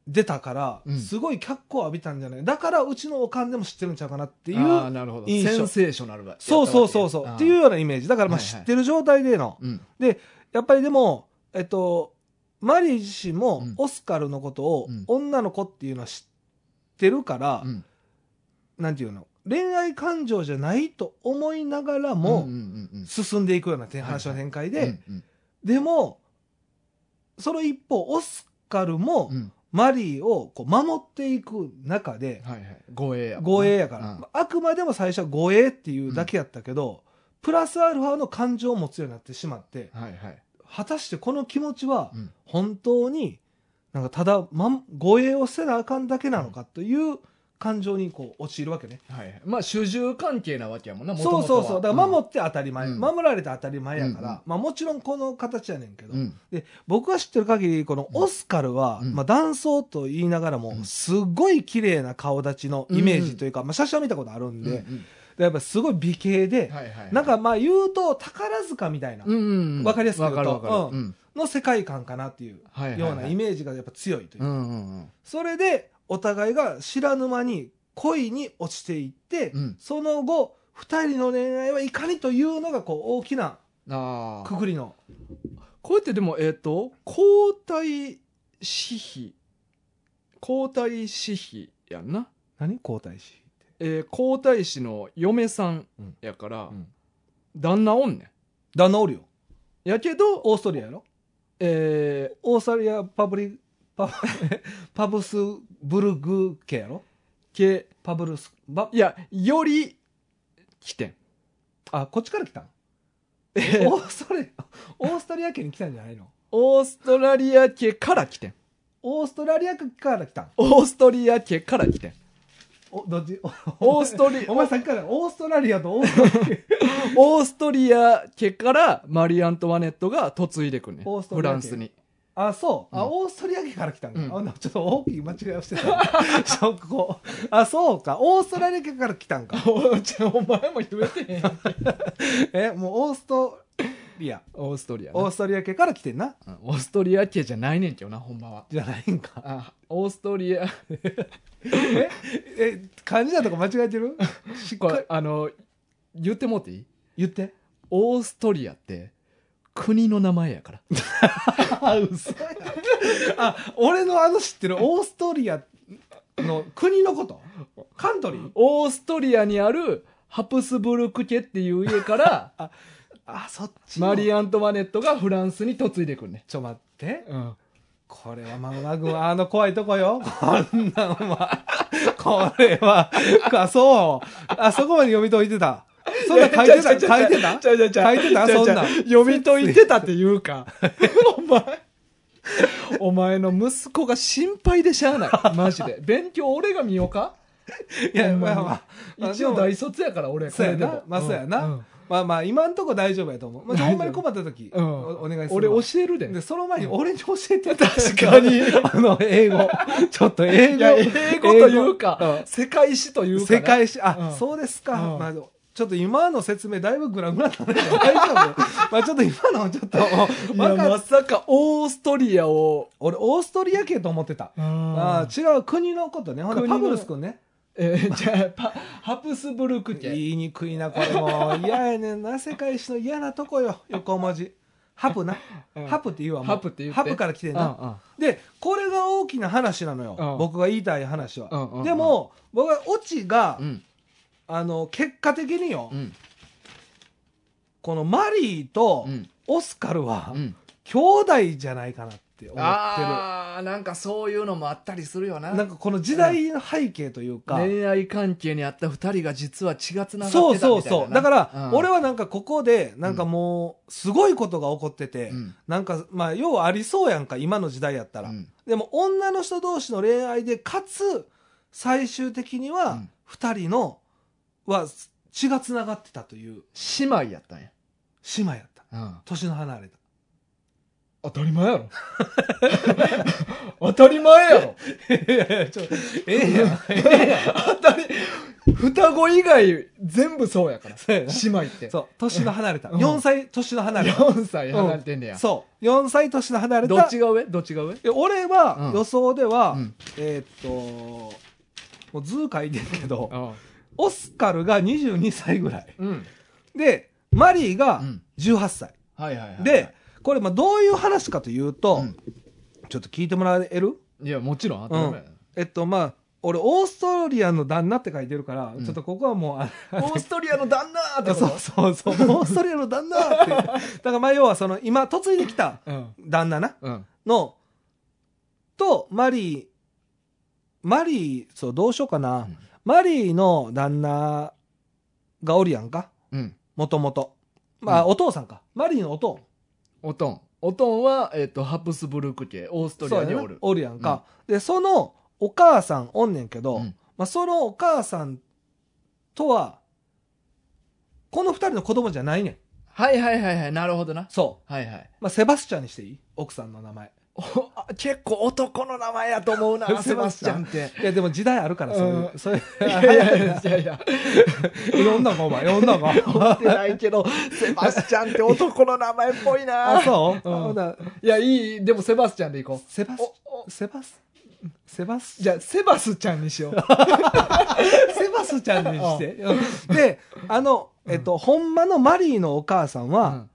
Speaker 2: 出たから、
Speaker 1: うん
Speaker 2: すごい脚光を浴びたんじゃないだからうちのおかんでも知ってるんちゃうかなってい
Speaker 1: ああ
Speaker 2: う
Speaker 1: なるほどセ
Speaker 2: 印象
Speaker 1: ンセーショナルが
Speaker 2: そうそうそうそうっていう
Speaker 1: う
Speaker 2: ようなイメージだからまあ
Speaker 1: はい
Speaker 2: 知
Speaker 1: はい
Speaker 2: ってる状態での、
Speaker 1: うん
Speaker 2: やっぱりでも、えっと、マリー自身も
Speaker 1: うん
Speaker 2: オスカルのことを
Speaker 1: うん
Speaker 2: 女の子っていうのは知ってるから、
Speaker 1: うん
Speaker 2: なんていうの恋愛感情じゃないと思いながら
Speaker 1: うん
Speaker 2: も
Speaker 1: うんうんうん
Speaker 2: 進んでいくような展
Speaker 1: はいはい
Speaker 2: 話の展開
Speaker 1: う
Speaker 2: で、
Speaker 1: んうん
Speaker 2: でもその一方オスカルも
Speaker 1: うん
Speaker 2: マリーをこう守っていく中で
Speaker 1: はいはい護衛や
Speaker 2: 護衛やから、
Speaker 1: うん
Speaker 2: あくまでも最初は護衛っていうだけやったけど、プラスアルファの感情を持つようになってしまって
Speaker 1: はいはい
Speaker 2: 果たしてこの気持ちは、
Speaker 1: うん
Speaker 2: 本当になんかただ、ま、護衛をせなあかんだけなのかという感情にこう陥るわけね、
Speaker 1: はいはい、まあ主従関係なわけやもんな元々
Speaker 2: そ
Speaker 1: は
Speaker 2: うそうそうだから守
Speaker 1: っ
Speaker 2: って当たり前、
Speaker 1: うん
Speaker 2: 守られて当たり前やから、
Speaker 1: うんうん
Speaker 2: まあ、もちろんこの形やねんけど、
Speaker 1: うんうん
Speaker 2: 僕が知ってる限りこのオスカルは、
Speaker 1: うん
Speaker 2: まあ、男装と言いながら
Speaker 1: う
Speaker 2: も
Speaker 1: ん
Speaker 2: すごい綺麗な顔立ちのイメージというか、まあ、写真は見たことあるんで,、
Speaker 1: うん
Speaker 2: でやっぱすごい美形で、
Speaker 1: はいはいはい
Speaker 2: なんかまあ言うと宝塚みたいな
Speaker 1: うんうんうん
Speaker 2: わかりやすく言
Speaker 1: わ
Speaker 2: うと
Speaker 1: かるわかる、
Speaker 2: うんの世界観かなっていう
Speaker 1: はいはいはい、
Speaker 2: ようなイメージがやっぱ強いという
Speaker 1: うんうん
Speaker 2: それでお互いが知らぬ間に恋に落ちていって、
Speaker 1: うん
Speaker 2: その後2人の恋愛はいかにというのがこう大きな
Speaker 1: うんあ
Speaker 2: く
Speaker 1: あ
Speaker 2: くりの
Speaker 1: こうやってでもえっ、と交代私費交代私費やんな、
Speaker 2: 何皇太子
Speaker 1: えー、皇太子の嫁さんやから、旦那おんね
Speaker 2: 旦那おるよ
Speaker 1: んやけど
Speaker 2: オーストリアやろ
Speaker 1: えー
Speaker 2: オーストリアパブ リパパブスブルグ家やろ
Speaker 1: け
Speaker 2: パブルスバ
Speaker 1: いやより起点
Speaker 2: あこっちから来たん
Speaker 1: えー
Speaker 2: オーストリアオーストリア家に来たんじゃないの
Speaker 1: オーストラリア系から来てん。
Speaker 2: オーストラリアから来たん
Speaker 1: オーストリア系から来てん。
Speaker 2: おどっち
Speaker 1: オースト リ
Speaker 2: お前さっきからオーストラリアとオーストラリア
Speaker 1: オーストリア系からマリー・アントワネットが嫁いでくんねん。
Speaker 2: オースト
Speaker 1: フ
Speaker 2: リア
Speaker 1: ラ
Speaker 2: 系
Speaker 1: ンスに。
Speaker 2: あ、そう。あ、
Speaker 1: うん
Speaker 2: オーストリア系から来たんか。
Speaker 1: うん
Speaker 2: あなちょっと大きい間違いをしてた。 ショックをあ、そうか。オーストラリア系から来た んか。
Speaker 1: お前も言えてへん。
Speaker 2: え、もうオーストリア。
Speaker 1: オーストリアな
Speaker 2: オーストリア系から来てんな。
Speaker 1: うんオーストリア系じゃないねんけどな、ほんまは。
Speaker 2: じゃないんか。
Speaker 1: あオーストリア、
Speaker 2: え、え、漢字だとか間違えてるしっ
Speaker 1: こ
Speaker 2: かり
Speaker 1: れ、あの、言ってもっていい
Speaker 2: 言って。
Speaker 1: オーストリアって、国の名前やから。
Speaker 2: あ、嘘や。あ、俺のあの知ってるオーストリアの国のことカントリー
Speaker 1: オーストリアにあるハプスブルク家っていう家から
Speaker 2: あ、そっちの
Speaker 1: マリー・アントワネットがフランスに嫁いでくんね。
Speaker 2: ちょ待って。
Speaker 1: うん。
Speaker 2: これはマグマ君、あの怖いとこよ。こんなんは。これは。あ、そう。あ、そこまで読み解いてた。そんなん書いてた書いてた
Speaker 1: ちゃうちゃうちゃう
Speaker 2: 書いてた
Speaker 1: ちゃう
Speaker 2: そ
Speaker 1: ち
Speaker 2: ん
Speaker 1: ゃう
Speaker 2: なん。
Speaker 1: 読み解いてたっていう か。お前。お前の息子が心配でしゃあない。マジで。 勉強俺が見ようか
Speaker 2: いや、まあまあ。まあ
Speaker 1: 一応
Speaker 2: でも
Speaker 1: 大卒やから俺、
Speaker 2: そうやな。まあそうやな。まあまあ、今んとこ大丈夫やと思う。まあ、ちょほんまに困った時、
Speaker 1: うん
Speaker 2: おお願いする
Speaker 1: 俺
Speaker 2: わ。
Speaker 1: 教えるで。
Speaker 2: で、その前に俺に教えて。
Speaker 1: 確かに
Speaker 2: あの、英 語。ちょっと英
Speaker 1: い
Speaker 2: 語。
Speaker 1: や、英語という
Speaker 2: 英語
Speaker 1: か
Speaker 2: ん、
Speaker 1: 世界史というかな。
Speaker 2: 世界史、あ、
Speaker 1: うん
Speaker 2: そうですか。
Speaker 1: うん
Speaker 2: まあ、ちょっと今の説明だいぶグラグラなんで大丈 夫。まあちょっと今のちょっと、
Speaker 1: いや
Speaker 2: わか
Speaker 1: ま
Speaker 2: っ
Speaker 1: さかオーストリアを、
Speaker 2: 俺、オーストリア系と思ってた。あ
Speaker 1: あ
Speaker 2: 違う、国のことね。ほんで
Speaker 1: 国
Speaker 2: パ
Speaker 1: の
Speaker 2: ブルス君ね。
Speaker 1: えーじゃあパ、ハプスブルク家。
Speaker 2: 言いにくいな、これ もう。嫌やねんな、世界史の嫌なとこよ、横文字。ハプな
Speaker 1: うん。
Speaker 2: ハプって言うわ、もう
Speaker 1: ハプって言って
Speaker 2: ハプから来てんな。で、これが大きな話なのよ。
Speaker 1: うん
Speaker 2: 僕が言いたい話は。
Speaker 1: うんうんうん
Speaker 2: でも、僕はオチが、
Speaker 1: うん
Speaker 2: あの、結果的によ、
Speaker 1: うん
Speaker 2: このマリーと、
Speaker 1: うん
Speaker 2: オスカルは
Speaker 1: うん
Speaker 2: 兄弟じゃないかなって思って
Speaker 1: ああなんかそういうのもあったりするよな
Speaker 2: るなんかこの時代の背景というか、
Speaker 1: 恋愛関係にあった二人が実は血がつながってた
Speaker 2: そう
Speaker 1: みたいな
Speaker 2: そうそうだから俺
Speaker 1: は、
Speaker 2: はなんかここでなんかもうすごいことが起こってて、
Speaker 1: うん
Speaker 2: なんかまあ要はありそうやんか今の時代やったら、
Speaker 1: うん
Speaker 2: でも女の人同士の恋愛でかつ最終的に
Speaker 1: う
Speaker 2: は
Speaker 1: ん
Speaker 2: 二人のは血がつながってたという
Speaker 1: 姉妹やったんや、
Speaker 2: 姉妹やった年の離 れた
Speaker 1: 当たり前 やろ当たり前やろ
Speaker 2: いやいやち ょええやん
Speaker 1: 当たり双子以外全部そうやから
Speaker 2: そうやな
Speaker 1: 姉妹って
Speaker 2: そう年の離れた、
Speaker 1: うん
Speaker 2: 4歳年の離れた
Speaker 1: 4歳離れてんねや、
Speaker 2: そう4歳年の離れた
Speaker 1: どっちが上どっちが上
Speaker 2: え俺
Speaker 1: う
Speaker 2: は
Speaker 1: ん
Speaker 2: 予想では、
Speaker 1: うん
Speaker 2: えーっともう図書いてるけど
Speaker 1: あ
Speaker 2: オスカルが22歳ぐらい
Speaker 1: うん
Speaker 2: でマリーが
Speaker 1: うん
Speaker 2: 18歳、
Speaker 1: はいはいはいはい
Speaker 2: でこれまあどういう話かというと、
Speaker 1: うん
Speaker 2: ちょっと聞いてもらえる
Speaker 1: いやもちろん当たり前やな
Speaker 2: えっとまあ俺オーストリアの旦那って書いてるから、
Speaker 1: うん
Speaker 2: ちょっとここはもうあ
Speaker 1: オーストリアの旦那って
Speaker 2: あ
Speaker 1: こと
Speaker 2: そうそうそうもうオーストリアの旦那ってだからまあ要はその今嫁いできた
Speaker 1: うん。
Speaker 2: 旦那な
Speaker 1: うん。
Speaker 2: の、と、マリー、マリー、そう、どうしようかな。
Speaker 1: ん
Speaker 2: マリーの旦那がおるやんか
Speaker 1: うん。
Speaker 2: もともと。まあ、
Speaker 1: う
Speaker 2: お父さんか。マリーのお父
Speaker 1: おとん。おとんは、えっ、と、ハプスブルク家、オーストリアにお
Speaker 2: そうやな
Speaker 1: る。
Speaker 2: おるやんか、で、そのお母さんおんねんけど、
Speaker 1: うん
Speaker 2: まあ、そのお母さんとは、この二人の子供じゃないねん。
Speaker 1: はいはいはいはい。なるほどな。
Speaker 2: そう。
Speaker 1: はいはい。
Speaker 2: まあ、セバスチャンにしていい奥さんの名前。
Speaker 1: おあ結構男の名前やと思うな、 セ
Speaker 2: セ
Speaker 1: バ
Speaker 2: バ
Speaker 1: ス
Speaker 2: ス
Speaker 1: チ
Speaker 2: チ
Speaker 1: ャ
Speaker 2: ャ
Speaker 1: ン
Speaker 2: ン
Speaker 1: って。
Speaker 2: いや、でも時代あるから、そういうう。そういう
Speaker 1: いやいやいや いや、
Speaker 2: いろんな子お前、いろんな子。
Speaker 1: 思ってないけど、セバスチャンって男の名前っぽいな。
Speaker 2: あ、そう、
Speaker 1: うん
Speaker 2: ほない
Speaker 1: や、いい、でもセバスチャンでいこう。
Speaker 2: セバス、
Speaker 1: おお
Speaker 2: セバス、セバス、
Speaker 1: じゃあ、セバスチャンにしよ う。
Speaker 2: セバスちゃんにして。 うんで、あの、えっと、ほんまのマリーのお母さん
Speaker 1: う
Speaker 2: は、
Speaker 1: ん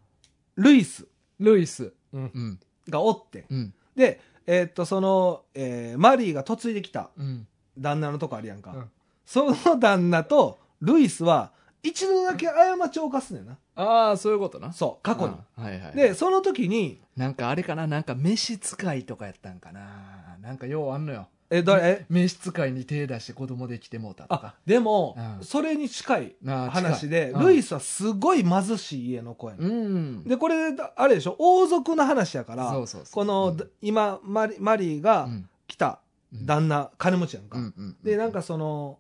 Speaker 2: ルイス
Speaker 1: ルイス。
Speaker 2: うん
Speaker 1: うん。
Speaker 2: がおって。
Speaker 1: うん。
Speaker 2: で、えっと、その、えーマリーが嫁いできた
Speaker 1: うん。
Speaker 2: 旦那のとこあるやんか。
Speaker 1: うん
Speaker 2: その旦那と、ルイスは、一度だけ過ちを犯すねんな。
Speaker 1: ああ、そういうことな。
Speaker 2: そう、過去に。
Speaker 1: うん。はいはい。
Speaker 2: で、その時に、
Speaker 1: なんかあれかななんか召使いとかやったんかななんかようあんのよ。
Speaker 2: え、誰、え
Speaker 1: 召使いに手出して子供できてもうたと
Speaker 2: あ
Speaker 1: か。、
Speaker 2: でも、
Speaker 1: うん
Speaker 2: それに近い
Speaker 1: なあ
Speaker 2: 話で、
Speaker 1: 近いうん
Speaker 2: ルイスはすごい貧しい家の子やねん
Speaker 1: うん。
Speaker 2: でこれあれでしょ王族の話やから
Speaker 1: そうそうそう
Speaker 2: この、
Speaker 1: うん
Speaker 2: 今マリマリーが
Speaker 1: うん
Speaker 2: 来た旦那、金持ちやんか、
Speaker 1: うんうん
Speaker 2: でなんか、その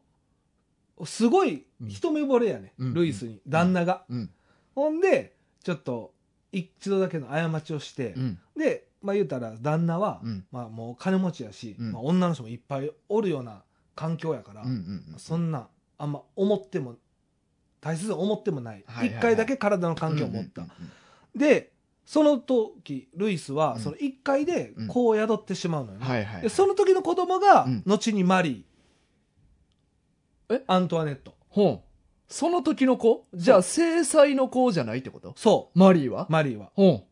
Speaker 2: すごい一目惚れやね、
Speaker 1: うん
Speaker 2: ルイスに、旦那が、
Speaker 1: うん
Speaker 2: ほんでちょっと一度だけの過ちをして、
Speaker 1: うん
Speaker 2: でまあ言うたら旦那は、
Speaker 1: うん
Speaker 2: まあ、もう金持ちやし、
Speaker 1: うん
Speaker 2: まあ、女の人もいっぱいおるような環境やから、
Speaker 1: うんうんうん
Speaker 2: そんなあんま思っても大切に思ってもない一、
Speaker 1: はいはいはい
Speaker 2: 回だけ体の環境を持った、
Speaker 1: うんうんうん
Speaker 2: でその時ルイス
Speaker 1: う
Speaker 2: は
Speaker 1: ん
Speaker 2: その1階で
Speaker 1: うん
Speaker 2: こう宿ってしまうのよね、
Speaker 1: はいはい。
Speaker 2: でその時の子供が
Speaker 1: うん
Speaker 2: 後にマリー、
Speaker 1: え
Speaker 2: アントワネット
Speaker 1: ほその時の子じゃあ制裁の子じゃないってこと
Speaker 2: そ
Speaker 1: マリーは
Speaker 2: うマリーは
Speaker 1: うん。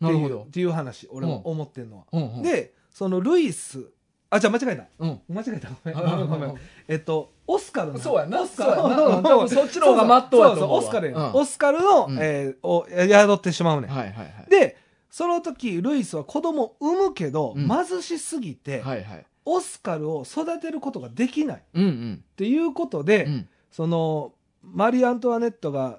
Speaker 1: なる
Speaker 2: っ
Speaker 1: ほ
Speaker 2: ていうっ
Speaker 1: ど。
Speaker 2: ていう話俺も思ってんのは、
Speaker 1: うんうん、
Speaker 2: でそのルイスあじゃあ間違えた
Speaker 1: うん。
Speaker 2: 間違えたごめん
Speaker 1: あ
Speaker 2: ごめんごめん えっとオスカルの
Speaker 1: そうやな、
Speaker 2: オス
Speaker 1: そ
Speaker 2: カ
Speaker 1: うや
Speaker 2: ル
Speaker 1: な。うん 多分そっちの方がまっとうやと思うわ。
Speaker 2: そうそうオスカルや
Speaker 1: うん
Speaker 2: オスカルの、
Speaker 1: うん
Speaker 2: えーを宿ってしまうねん、
Speaker 1: はいはいはい。
Speaker 2: でその時ルイスは子供を産むけど、
Speaker 1: うん
Speaker 2: 貧しすぎて、
Speaker 1: はいはい。
Speaker 2: オスカルを育てることができないっ
Speaker 1: うんうん。
Speaker 2: ていうことで、
Speaker 1: うん
Speaker 2: そのマリー・アントワネットが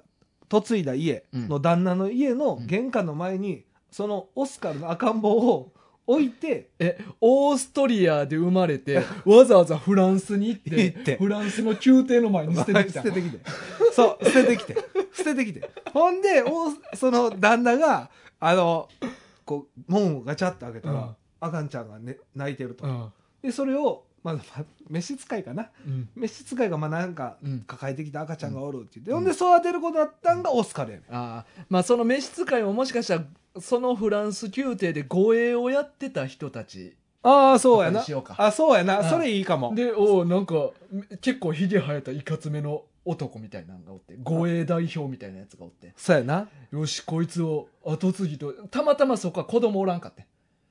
Speaker 2: 嫁いだ家の旦那の家の
Speaker 1: うん
Speaker 2: 玄関の前に、そのオスカルの赤ん坊を置 いて
Speaker 1: え、オーストリアで生まれて、わざわざフランスに行って、
Speaker 2: 行って
Speaker 1: フランスの宮廷の前に捨ててきた
Speaker 2: 捨。ててきて そう捨ててきて捨ててきてほんでおその旦那があのこう門をガチャッと開けたら、
Speaker 1: うん
Speaker 2: アカンちゃんが、ね、泣いてると、
Speaker 1: うん
Speaker 2: でそれを、まあ、ま召使いかな
Speaker 1: うん
Speaker 2: 召使いがまあなんか
Speaker 1: うん
Speaker 2: 抱えてきた赤ちゃんがおるって言って、
Speaker 1: うん
Speaker 2: ほんで育てることだったんがオスカルやねん
Speaker 1: ああまあその召使いももしかしたらそのフランス宮廷で護衛をやってた人たち
Speaker 2: ああそうや
Speaker 1: とか
Speaker 2: な
Speaker 1: にしようか
Speaker 2: あそうやな、
Speaker 1: うん
Speaker 2: それいいかも
Speaker 1: でおうなんか結構ひげ生えたいかつめの男みたいなのがおって護衛代表みたいなやつがおって
Speaker 2: そうやな
Speaker 1: よしこいつを後継ぎとたまたまそこは子供おらんかって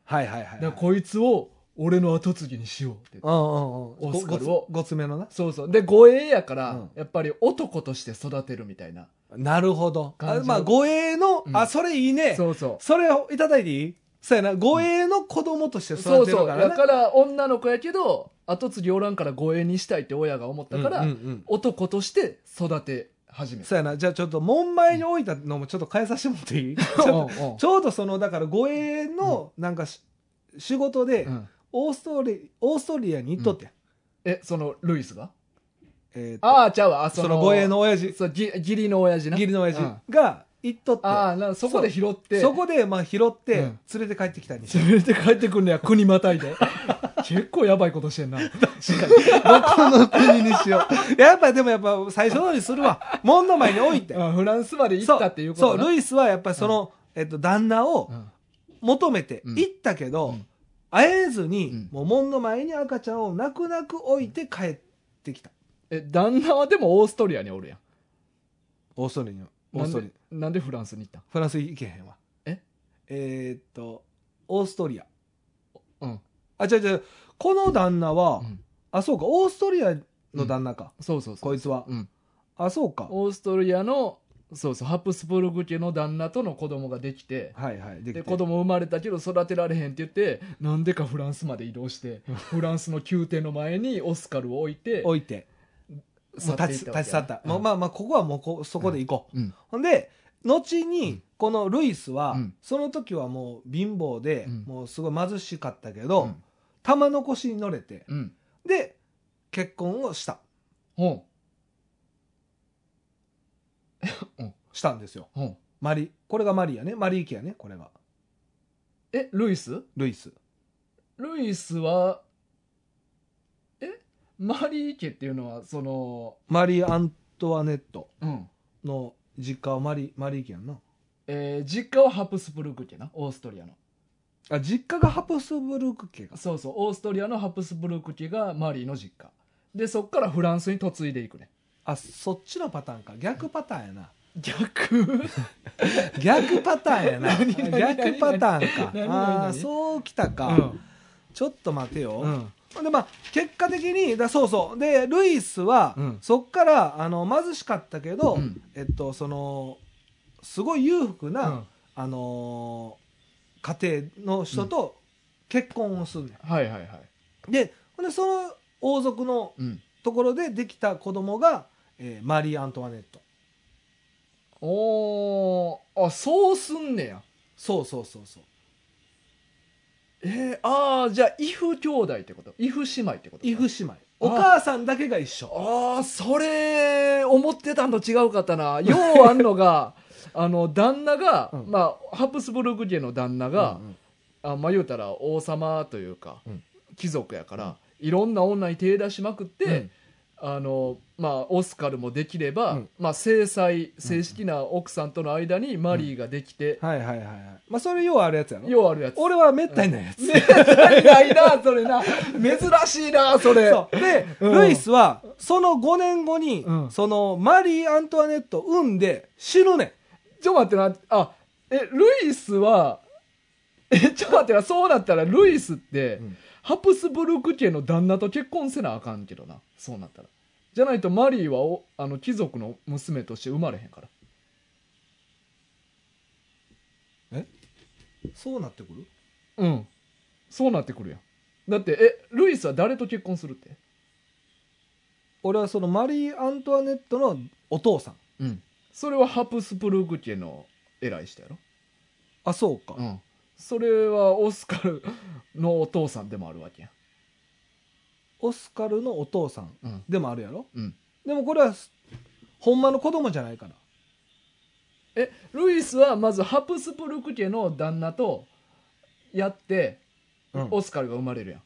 Speaker 2: はいはいはい、
Speaker 1: だからこいつを俺の後継ぎにしようって言って
Speaker 2: うんうんうん
Speaker 1: オスカルを
Speaker 2: ごごつめのな
Speaker 1: そうそうで護衛やから、
Speaker 2: うん
Speaker 1: やっぱり男として育てるみたいな
Speaker 2: なるほど
Speaker 1: 感じ
Speaker 2: あ
Speaker 1: の
Speaker 2: まあ護衛の、
Speaker 1: うん
Speaker 2: あそれいいね
Speaker 1: そうそう
Speaker 2: それをいただいていいそうやな護衛の子供として
Speaker 1: そ
Speaker 2: 育
Speaker 1: う
Speaker 2: て
Speaker 1: そ
Speaker 2: る
Speaker 1: う
Speaker 2: から
Speaker 1: だ
Speaker 2: な
Speaker 1: から女の子やけど後継ぎおらんから護衛にしたいって親が思ったから、
Speaker 2: うんうんうん
Speaker 1: 男として育て始めた
Speaker 2: そうやなじゃあちょっと門前に置いたのもちょっと変えさせてもらっていいちょっ
Speaker 1: うんうん
Speaker 2: とちょうどそのだから護衛のなんかし、仕事で
Speaker 1: うん
Speaker 2: オーストリオーストリアに行っとって、
Speaker 1: えそのルイスが
Speaker 2: えーと
Speaker 1: ああちゃうわあ
Speaker 2: その護衛の親父
Speaker 1: そうぎ義理の親父な
Speaker 2: 義理の親
Speaker 1: う
Speaker 2: 父
Speaker 1: ん
Speaker 2: が行っとって、
Speaker 1: ああなそこで拾って
Speaker 2: そこでまあ拾って
Speaker 1: うん
Speaker 2: 連れて帰ってきたにして、
Speaker 1: 連れて帰ってくんのや国またい で結構やばいことしてんな
Speaker 2: どこの国にしようやっぱでもやっぱ最初のにするわ門の前に置いて
Speaker 1: あフランスまで行ったっていうこと
Speaker 2: そうそうルイスはやっぱりその、えっと、旦那を
Speaker 1: うん
Speaker 2: 求めて
Speaker 1: うん
Speaker 2: 行ったけど、
Speaker 1: うん
Speaker 2: 会えずに、
Speaker 1: うん
Speaker 2: もう門の前に赤ちゃんを泣く泣く置いて帰ってきた
Speaker 1: え旦那はでもオーストリアにおるやん
Speaker 2: オーストリアにはオ
Speaker 1: な
Speaker 2: ー
Speaker 1: ん
Speaker 2: スト
Speaker 1: で
Speaker 2: リア
Speaker 1: なんでフランスに行った
Speaker 2: フランス行けへんわ
Speaker 1: え
Speaker 2: えーっとオーストリア
Speaker 1: うん、
Speaker 2: あ違う違うこの旦那は、
Speaker 1: うん
Speaker 2: あそうかオーストリアの旦那か、
Speaker 1: そうそうそう、
Speaker 2: こいつは、
Speaker 1: うん、
Speaker 2: あそうか
Speaker 1: オーストリアのそうそうハプスブルグ家の旦那との子供ができて
Speaker 2: はいはいで
Speaker 1: で子供生まれたけど育てられへんって言ってなんでかフランスまで移動して フランスの宮廷の前にオスカルを置いて
Speaker 2: 置いてもう
Speaker 1: ってい
Speaker 2: 立ち
Speaker 1: わけや
Speaker 2: 立ち去った、
Speaker 1: うん
Speaker 2: まあまあまあここはもうこそこで行こう、
Speaker 1: うん
Speaker 2: ほんで後
Speaker 1: う
Speaker 2: に
Speaker 1: ん
Speaker 2: このルイスは、
Speaker 1: うん
Speaker 2: その時はもう貧乏で、
Speaker 1: うん
Speaker 2: もうすごい貧しかったけ
Speaker 1: う
Speaker 2: ど、
Speaker 1: ん
Speaker 2: 玉残しに乗れて
Speaker 1: うん
Speaker 2: で結婚をした
Speaker 1: ほん
Speaker 2: したんですよ
Speaker 1: ほん
Speaker 2: マリこれがマリーやねマリー家やねこれが
Speaker 1: えルイス
Speaker 2: ルイス
Speaker 1: ルイスはえマリー家っていうのはその
Speaker 2: マリー・アントワネット
Speaker 1: うん
Speaker 2: の実家はマリマリー家やんな
Speaker 1: えー実家はハプスブルク家なオーストリアの
Speaker 2: あ実家がハプスブルク家か
Speaker 1: そうそうオーストリアのハプスブルク家がマリーの実家でそっからフランスに嫁いでいくね
Speaker 2: あそっちのパターンか逆パターンやな
Speaker 1: 逆
Speaker 2: 逆パターンやな
Speaker 1: 何何何
Speaker 2: 逆パター
Speaker 1: 何
Speaker 2: ン
Speaker 1: 何
Speaker 2: か
Speaker 1: 何
Speaker 2: ああそうきたか、ちょっと待てよ、
Speaker 1: うん
Speaker 2: でまあ結果的にだそうそうでルイスは、
Speaker 1: うん
Speaker 2: そっからあの貧しかったけど、
Speaker 1: うん
Speaker 2: えっとそのすごい裕福な、
Speaker 1: うん
Speaker 2: あのー家庭の人と結婚をするね、
Speaker 1: はいはいはい
Speaker 2: ん、でほんでその王族の
Speaker 1: うん
Speaker 2: ところでできた子供が、えーマリー・アントワネット
Speaker 1: おーあそうすんねや
Speaker 2: そうそうそうそう
Speaker 1: えー、ああじゃあイフ兄弟ってことイフ姉妹ってこと
Speaker 2: イフ姉妹お
Speaker 1: あ
Speaker 2: 母さんだけが一緒
Speaker 1: ああそれ思ってたんと違うかったなようあんの があの旦那が、
Speaker 2: うん
Speaker 1: まあ、ハプスブルク家の旦那が、
Speaker 2: うんうん
Speaker 1: あまあ言うたら王様というか、
Speaker 2: うん
Speaker 1: 貴族やから、いろんな女に手出しまくって、あのまあ、オスカルもできれば、
Speaker 2: うん
Speaker 1: まあ、正妻正式な奥さんとの間にマリーができて、
Speaker 2: はいはいはいはいまあそれようあるやつやろ
Speaker 1: ようあるやつ
Speaker 2: 俺はめったにないやつ、
Speaker 1: ねないなそれな珍しいなそれ
Speaker 2: そうで、
Speaker 1: うん
Speaker 2: ルイスはその5年後に、
Speaker 1: うん
Speaker 2: そのマリー・アントワネットを産んで死ぬねん
Speaker 1: ちょっと待ってなあえルイスはえちょっと待ってなそうなったらルイスって、
Speaker 2: うん
Speaker 1: ハプスブルク家の旦那と結婚せなあかんけどなそうなったらじゃないとマリーはおあの貴族の娘として生まれへんから
Speaker 2: そうなってくる
Speaker 1: うんそうなってくるやんだってえルイスは誰と結婚するって
Speaker 2: 俺はそのマリー・アントワネットのお父さん
Speaker 1: うんそれはハプスブルク家の偉い人やろ
Speaker 2: あそうか、
Speaker 1: うんそれはオスカルのお父さんでもあるわけやん
Speaker 2: オスカルのお父さん
Speaker 1: うん
Speaker 2: でもあるやろ
Speaker 1: うん
Speaker 2: でもこれはほんまの子供じゃないから
Speaker 1: えルイスはまずハプスブルク家の旦那とやって、
Speaker 2: うん
Speaker 1: オスカルが生まれるや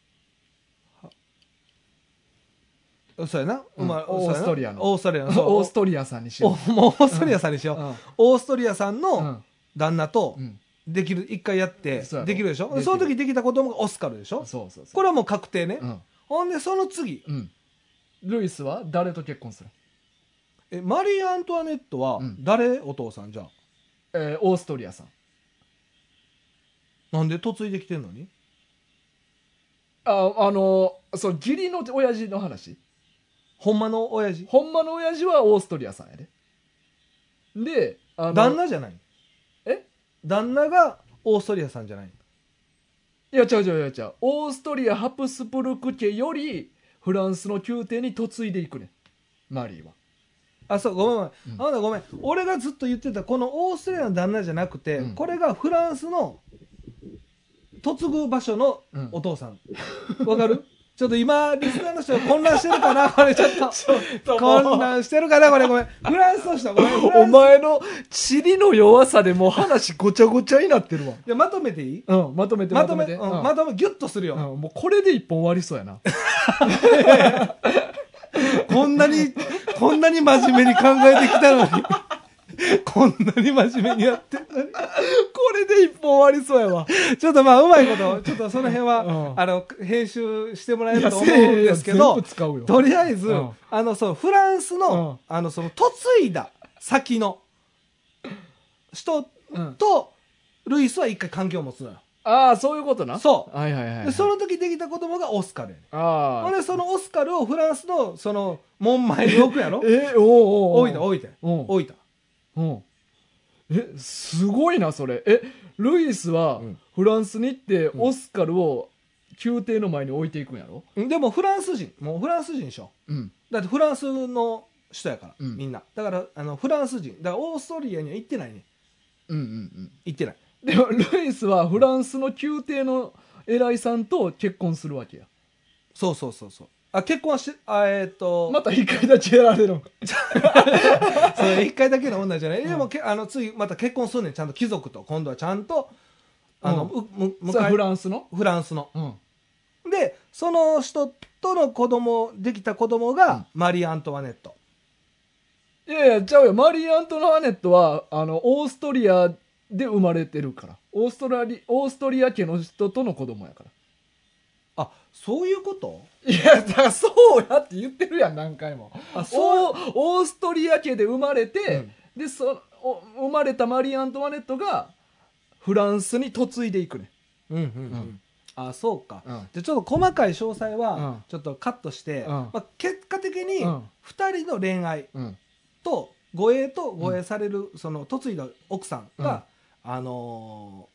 Speaker 1: ん
Speaker 2: そうやな、
Speaker 1: うん
Speaker 2: まあ
Speaker 1: オー
Speaker 2: そうやな
Speaker 1: ストリアの
Speaker 2: オーストリアのそう
Speaker 1: オーストリアさんにしよ
Speaker 2: おもうオーストリアさんにし
Speaker 1: う
Speaker 2: よう、
Speaker 1: うん
Speaker 2: オーストリアさん
Speaker 1: う
Speaker 2: の
Speaker 1: ん
Speaker 2: 旦那と
Speaker 1: うん
Speaker 2: できる一回やって
Speaker 1: そうやろ
Speaker 2: できるでしょ
Speaker 1: できる
Speaker 2: その時できた子供がオスカルでしょ
Speaker 1: そうそうそう
Speaker 2: これはもう確定ね、
Speaker 1: うん
Speaker 2: ほんでその次
Speaker 1: うんルイスは誰と結婚する
Speaker 2: えマリー・アントワネットは
Speaker 1: うん
Speaker 2: 誰、お父さんじゃあ
Speaker 1: えーオーストリアさん
Speaker 2: なんで嫁いできてんのに
Speaker 1: ああのーそう義理の親父の話
Speaker 2: ほんまの親父
Speaker 1: ほんまの親父はオーストリアさんやでであの
Speaker 2: 旦那じゃない
Speaker 1: え
Speaker 2: 旦那がオーストリアさんじゃない
Speaker 1: いや違う違う違う違うオーストリアハプスブルク家よりフランスの宮廷に嫁いでいくねんマ リーは
Speaker 2: あそうごめんごめん、
Speaker 1: うん
Speaker 2: あなたごめん俺がずっと言ってたこのオーストリアの旦那じゃなくて、
Speaker 1: うん
Speaker 2: これがフランスの嫁ぐ場所の
Speaker 1: うん
Speaker 2: お父さんわ、かるちょっと今リスナーの人が混乱してるかなこれちょっ と混乱してるかなこれごめんフランスの人ごめんフラン
Speaker 1: お
Speaker 2: ス
Speaker 1: 前の地理の弱さでもう話ごちゃごちゃになってるわ。
Speaker 2: でまとめていい
Speaker 1: うん、まとめて
Speaker 2: まとめて、
Speaker 1: う
Speaker 2: うんんまとめギュッとするよ、
Speaker 1: うんもう これで一本終わりそうやな。
Speaker 2: こんなに、こんなに真面目に考えてきたのに。 こんなに真面目にやってんのに。
Speaker 1: これで一本終わりそうや わ。
Speaker 2: ちょっとまあ、うまいこと、ちょっとその辺は、
Speaker 1: うん
Speaker 2: あの、編集してもらえると思うんですけ
Speaker 1: 全
Speaker 2: ど
Speaker 1: 部、使うよ。
Speaker 2: とりあえず、
Speaker 1: うん
Speaker 2: あの、そう、フランスの、あの、その、嫁いだ先の人
Speaker 1: うん
Speaker 2: と、ルイスは一回関係を持つのよ。
Speaker 1: ああ、そういうことな。。
Speaker 2: そう
Speaker 1: はいはいはいは
Speaker 2: で、
Speaker 1: い。
Speaker 2: その時できた子供がオスカルやねん。ほん
Speaker 1: ああ。
Speaker 2: で、そのオスカルをフランスの、その、門前に置くやろ
Speaker 1: え、おうおうおう。
Speaker 2: 置いた、置いた、
Speaker 1: うん
Speaker 2: 置いた。
Speaker 1: うん。え、すごいな、それ。え、ルイスは
Speaker 2: うん
Speaker 1: フランスに行って、
Speaker 2: ん
Speaker 1: オスカルを宮廷の前に置いていくんやろ
Speaker 2: でもフランス人もうフランス人でしょ
Speaker 1: うん。
Speaker 2: だってフランスの人やから、
Speaker 1: うん
Speaker 2: みんなだからあのフランス人だからオーストリアには行ってないね
Speaker 1: うんうんうん。
Speaker 2: 行ってない
Speaker 1: でも、ルイスはフランスの宮廷の偉いさんと結婚するわけや。
Speaker 2: そうそうそうそうあ結婚はしてあえーっと、
Speaker 1: また一回だけやられるの。
Speaker 2: それ一回だけの女じゃない、
Speaker 1: ん
Speaker 2: でもけあの次また結婚するねんちゃんと貴族と今度はちゃんとあの、
Speaker 1: う
Speaker 2: うむ向
Speaker 1: それ
Speaker 2: かい
Speaker 1: フランスの
Speaker 2: フランスの
Speaker 1: うん。
Speaker 2: でその人との子供できた子供が、マリー・アントワネット
Speaker 1: いやいや、ちゃうよ。マリー・アントワネットは、あの、オーストリアで生まれてるから。オーストラリ、オーストリア家の人との子供やから。
Speaker 2: あそういうこと
Speaker 1: いや、だからそうやって言ってるやん、何回も。
Speaker 2: あ
Speaker 1: オーオーストリア家で生まれて、で、その、お生まれたマリー・アントワネットが、フランスに嫁いでいくね。
Speaker 2: うんうんうん
Speaker 1: うん
Speaker 2: あそうか、
Speaker 1: うん
Speaker 2: でちょっと細かい詳細
Speaker 1: うん
Speaker 2: はちょっとカットして、
Speaker 1: うん
Speaker 2: まあ、結果的に
Speaker 1: うん
Speaker 2: 2人の恋愛
Speaker 1: うん。
Speaker 2: と護衛と護衛される、その嫁いだ奥さんが、あの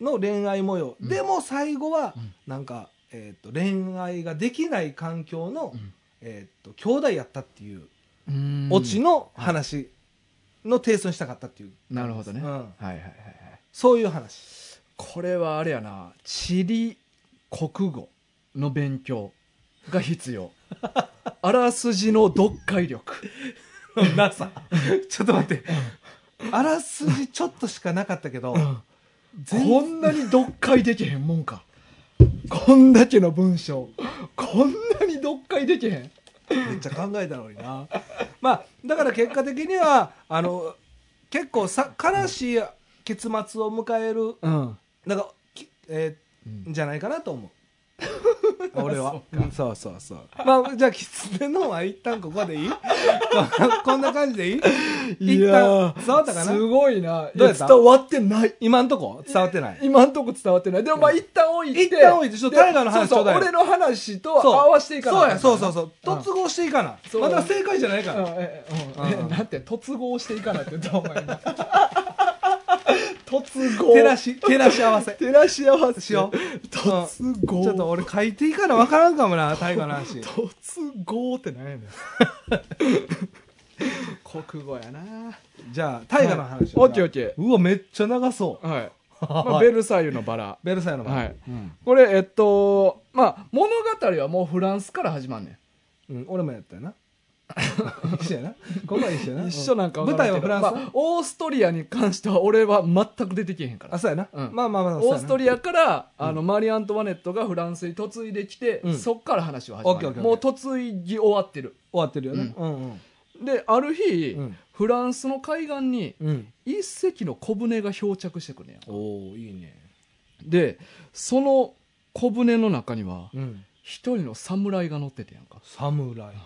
Speaker 2: ーの恋愛模様、
Speaker 1: うん
Speaker 2: でも最後は
Speaker 1: うん
Speaker 2: なんか、えー、と恋愛ができない環境の、
Speaker 1: うん
Speaker 2: えー、と兄弟やったっていう
Speaker 1: うん
Speaker 2: オチの話の提訴にしたかったっていう、
Speaker 1: なるほどね。
Speaker 2: うん
Speaker 1: はいはいはいはい。
Speaker 2: そういう話
Speaker 1: これはあれやな地理国語の勉強が必 要あらすじの読解力
Speaker 2: なさ ちょっと待って、あらすじちょっとしかなかったけど、全
Speaker 1: こんなに読解できへんもんかこんだけの文章こんなに読解できへん
Speaker 2: めっちゃ考えたのになまあだから結果的にはあの結構さ悲しい結末を迎える
Speaker 1: うん、
Speaker 2: なんか、きえーじゃないかなと 思う俺はうんそうそうそうまあじゃあキツネのは一旦ここでいい こんなこんな感じでいい
Speaker 1: い
Speaker 2: 一
Speaker 1: や
Speaker 2: 旦
Speaker 1: ー
Speaker 2: 伝わったかな
Speaker 1: すごいな
Speaker 2: どうや
Speaker 1: い
Speaker 2: った
Speaker 1: や伝わってない
Speaker 2: 今んとこ伝わってない
Speaker 1: 今んとこ伝わってないでもまあ一旦置いて
Speaker 2: 一旦置いてちょっと
Speaker 1: で
Speaker 2: タイガーの話
Speaker 1: そうそう
Speaker 2: ちょうだい
Speaker 1: 俺の話と
Speaker 2: そう
Speaker 1: 合わせていか
Speaker 2: そう
Speaker 1: ない
Speaker 2: やそうそう
Speaker 1: う
Speaker 2: そう突合していかな
Speaker 1: そう
Speaker 2: まだ正解じゃないから
Speaker 1: んえうん
Speaker 2: うん
Speaker 1: えなんて突合していかないって言ったお 前今突合
Speaker 2: 照らし照らし合 わせ
Speaker 1: 照らし合わせ
Speaker 2: しよう
Speaker 1: 突合
Speaker 2: ちょっと俺書いていいから分からんかもな大河の 話
Speaker 1: 突合って何やねん 国語やな
Speaker 2: じゃあ大河の話
Speaker 1: はいオッケーオッケ
Speaker 2: うわめっちゃ長そう
Speaker 1: はい、 まあ、
Speaker 2: はい
Speaker 1: ベルサイユのバラ
Speaker 2: ベルサイユの前
Speaker 1: はい
Speaker 2: うん
Speaker 1: これえっとまあ物語はもうフランスから始まんねん
Speaker 2: うん俺もやった よな一緒やなここは一緒やな
Speaker 1: 一緒なんか
Speaker 2: う
Speaker 1: わ
Speaker 2: 舞
Speaker 1: から
Speaker 2: 台
Speaker 1: んけ
Speaker 2: は
Speaker 1: ど
Speaker 2: フランス
Speaker 1: まあ、オーストリアに関しては俺は全く出てけへんから
Speaker 2: あそうやな
Speaker 1: うん
Speaker 2: まあまあまあ
Speaker 1: オースト
Speaker 2: リ
Speaker 1: リアからあの、マリー・アントワネットがフランスに嫁いできて、
Speaker 2: うん
Speaker 1: そっから話は
Speaker 2: オッケ
Speaker 1: 始
Speaker 2: ーオッケ
Speaker 1: ま
Speaker 2: ー
Speaker 1: るも
Speaker 2: オ
Speaker 1: う
Speaker 2: ッケ
Speaker 1: 嫁ぎ終わってる
Speaker 2: 終わってるよねうんうん
Speaker 1: である日、
Speaker 2: うん
Speaker 1: フランスの海岸に
Speaker 2: うん
Speaker 1: 一隻の小舟が漂着してくんねや
Speaker 2: おおいいね
Speaker 1: でその小舟の中には
Speaker 2: うん
Speaker 1: 一人の侍が乗っててやんか、
Speaker 2: 侍ね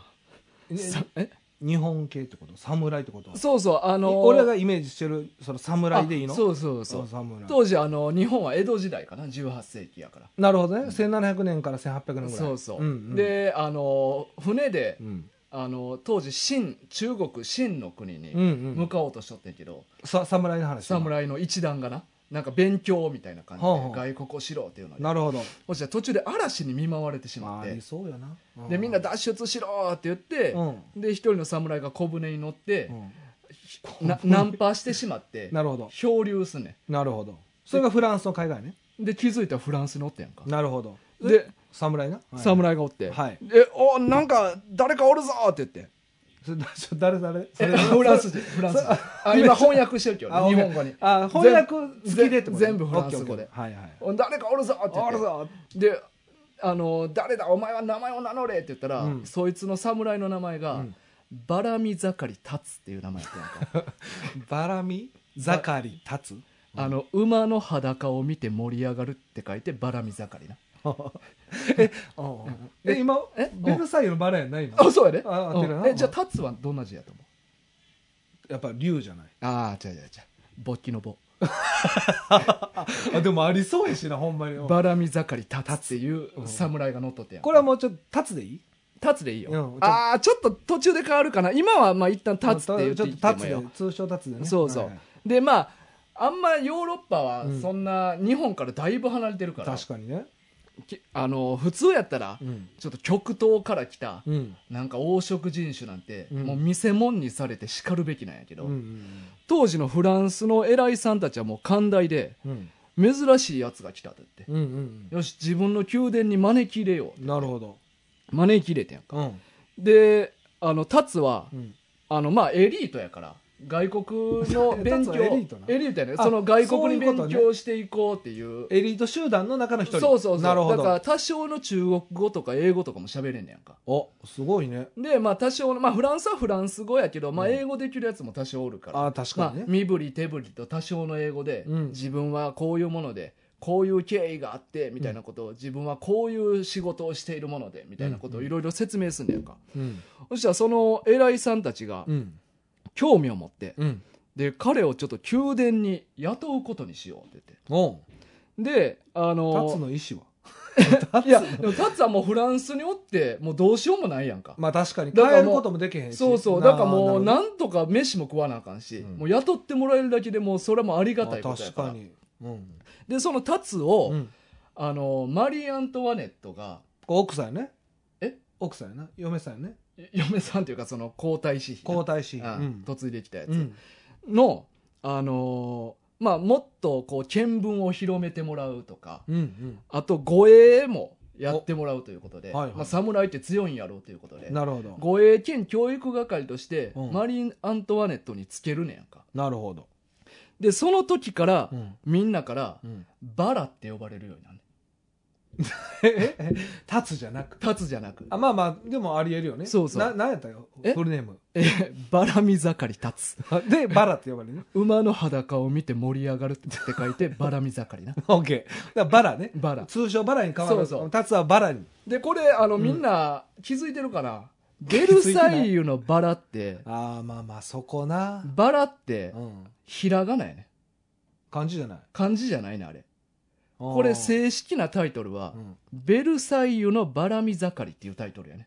Speaker 1: さえ
Speaker 2: 日本系ってこと侍ってこと
Speaker 1: そうそうあの
Speaker 2: 俺がイメージしてるその侍でいいの
Speaker 1: あそうそうそううん
Speaker 2: 侍
Speaker 1: 当時あの日本は江戸時代かな18世紀やから
Speaker 2: なるほどね1700年から1800年ぐらい
Speaker 1: そうそう、
Speaker 2: んん
Speaker 1: であの船で
Speaker 2: うん
Speaker 1: あの当時清中国清の国
Speaker 2: うんう
Speaker 1: に向
Speaker 2: ん
Speaker 1: かおうとしとってんけど、
Speaker 2: さ侍の話
Speaker 1: 侍の一団がななんか勉強みたいな感じで
Speaker 2: はあはあ
Speaker 1: 外国をしろっていうので
Speaker 2: なるほど
Speaker 1: そしたら途中で嵐に見舞われてしま
Speaker 2: まあ
Speaker 1: っ
Speaker 2: あ
Speaker 1: て
Speaker 2: り、そうやなう
Speaker 1: でみんな脱出しろって言って、
Speaker 2: うん
Speaker 1: で一人の侍が小舟に乗って
Speaker 2: う、ん
Speaker 1: なナンパしてしまって
Speaker 2: なるほど
Speaker 1: 漂流すんね
Speaker 2: なるほどそれがフランスの海外ね
Speaker 1: んで気づいたらフランスにおってやんか
Speaker 2: なるほど
Speaker 1: で
Speaker 2: 侍なはい
Speaker 1: 侍がおって、
Speaker 2: はい
Speaker 1: でおなんか誰かおるぞって言って
Speaker 2: それだちょ誰誰そ
Speaker 1: え
Speaker 2: れ
Speaker 1: フランス人フランス人 あ今翻訳してるけど、ね、日本語に
Speaker 2: あ翻訳付きでってことね
Speaker 1: 全部全部フランス語で
Speaker 2: オッケーオッケーはいはい
Speaker 1: お誰かおるぞって言ってであの誰だお前は名前を名乗れって言ったら、
Speaker 2: うん
Speaker 1: そいつの侍の名前が、
Speaker 2: うん
Speaker 1: バラミザカリタツ っていう名前やってなんか
Speaker 2: バラミザカリ立つ
Speaker 1: あの馬の裸を見て盛り上がるって書いてバラミザカリな
Speaker 2: えで今
Speaker 1: え
Speaker 2: ベルサイユのバラやないの
Speaker 1: あそうやね
Speaker 2: あ合ってるな
Speaker 1: うんえじゃあタツはどんな字やと思う
Speaker 2: やっぱ竜じゃない
Speaker 1: ああ違う違う違う勃起の棒
Speaker 2: あでもありそうやしなほんまに
Speaker 1: バラミザカリタツっていう侍が乗っとってやん
Speaker 2: これはもうちょっと立つでいい
Speaker 1: タツでいいよ、
Speaker 2: うん
Speaker 1: ああちょっと途中で変わるかな今はまあ一旦タツって言って
Speaker 2: ちょ
Speaker 1: い
Speaker 2: っ
Speaker 1: って
Speaker 2: と
Speaker 1: も
Speaker 2: 立つ
Speaker 1: よ
Speaker 2: で通称立つでね
Speaker 1: そうそう、
Speaker 2: はいはい
Speaker 1: でまああんまヨーロッパは
Speaker 2: うん
Speaker 1: そんな日本からだいぶ離れてるから、
Speaker 2: 確かにね
Speaker 1: きあの普通やったら
Speaker 2: うん
Speaker 1: ちょっと極東から来た
Speaker 2: うん
Speaker 1: なんか黄色人種なんて
Speaker 2: うん
Speaker 1: もう見せ物にされて叱るべきなんやけ
Speaker 2: う
Speaker 1: ど、
Speaker 2: んうん
Speaker 1: 当時のフランスの偉いさんたちはもう寛大で
Speaker 2: うん
Speaker 1: 珍しいやつが来たって言って、
Speaker 2: うんうん
Speaker 1: よし自分の宮殿に招き入れよ
Speaker 2: うんなるほど
Speaker 1: う招き入れてん
Speaker 2: うん
Speaker 1: であのタツは
Speaker 2: うん
Speaker 1: あのまあエリートやから外国 の勉強
Speaker 2: タツはエリートな
Speaker 1: エリートやね
Speaker 2: あ
Speaker 1: その外国に
Speaker 2: そういう
Speaker 1: 勉
Speaker 2: ことね
Speaker 1: 強していこうっていう
Speaker 2: エリート集団の中の一人
Speaker 1: そうそうそう
Speaker 2: なるほ
Speaker 1: だから
Speaker 2: ど
Speaker 1: 多少の中国語とか英語とかも喋れんねやんか
Speaker 2: おすごいね
Speaker 1: でまあ多少のまあフランスはフランス語やけど、まあ、
Speaker 2: うん
Speaker 1: 英語できるやつも多少おるから、
Speaker 2: あ確
Speaker 1: ま
Speaker 2: か
Speaker 1: あ
Speaker 2: に、ね
Speaker 1: 身振り手振りと多少の英語で、
Speaker 2: うん
Speaker 1: 自分はこういうものでこういう経緯があってみたいなことを、自分はこういう仕事をしているものでみたいなことをいろいろ説明すんねやんか、
Speaker 2: うん
Speaker 1: そしたらその偉いさんたちが
Speaker 2: うん
Speaker 1: 興味を持って、
Speaker 2: うん
Speaker 1: で彼をちょっと宮殿に雇うことにしようって
Speaker 2: おう
Speaker 1: 言ってであの
Speaker 2: 立つの意 思はい
Speaker 1: やでもタツはもうフランスにおってもうどうしようもないやんか、
Speaker 2: まあ確かに
Speaker 1: だから
Speaker 2: 変
Speaker 1: もう
Speaker 2: えることもできへんし
Speaker 1: そうそう
Speaker 2: な
Speaker 1: だ
Speaker 2: あ
Speaker 1: からもう
Speaker 2: な
Speaker 1: な
Speaker 2: る
Speaker 1: んとか飯も食わなあかんし、
Speaker 2: うん
Speaker 1: もう雇ってもらえるだけでもうそれはもうあり
Speaker 2: ほ
Speaker 1: が
Speaker 2: ど
Speaker 1: たいことや
Speaker 2: 確
Speaker 1: か
Speaker 2: からにうん
Speaker 1: でそのタツを、
Speaker 2: うん
Speaker 1: あのマリー・アントワネットが
Speaker 2: こう奥さんやね
Speaker 1: え
Speaker 2: 奥さんやな嫁さんやね
Speaker 1: い嫁さんというかその皇太子妃
Speaker 2: 皇太子
Speaker 1: うん嫁いできたやつ
Speaker 2: うん
Speaker 1: の、あのーまあもっとこう見聞を広めてもらうとか、
Speaker 2: うん
Speaker 1: あと護衛もやってもらうということで、
Speaker 2: おはいはい
Speaker 1: まあ、侍って強いんやろうということ
Speaker 2: う
Speaker 1: で
Speaker 2: んなるほど
Speaker 1: 護衛兼教育係として、
Speaker 2: うん
Speaker 1: マリン・アントワネットにつけるねやんか
Speaker 2: なるほど
Speaker 1: でその時から、
Speaker 2: うん
Speaker 1: みんなから
Speaker 2: うん
Speaker 1: バラって呼ばれるようになるね
Speaker 2: ええ立つじゃなく
Speaker 1: 立つじゃなく
Speaker 2: あまあまあでもありえるよね
Speaker 1: そうそう
Speaker 2: ななんやったよ
Speaker 1: え
Speaker 2: フルネーム
Speaker 1: えバラミ盛り立つ
Speaker 2: あでバラって呼ばれ るね
Speaker 1: 馬の裸を見て盛り上がるって書い てバラミ盛りな
Speaker 2: オッケーだからバラね
Speaker 1: バラ
Speaker 2: 通称バラに変わる
Speaker 1: そうそう
Speaker 2: タツはバラに
Speaker 1: でこれあのみんな気づいてるかな、ベルサイユのバラって
Speaker 2: ああまあまあそこな、
Speaker 1: バラって
Speaker 2: うん、
Speaker 1: ひらがなやね
Speaker 2: 感じじゃない
Speaker 1: 漢字じゃないねあれ
Speaker 2: こ
Speaker 1: これ正式なタイトルは「ベルサイユのバラミ盛り」っていうタイトルやね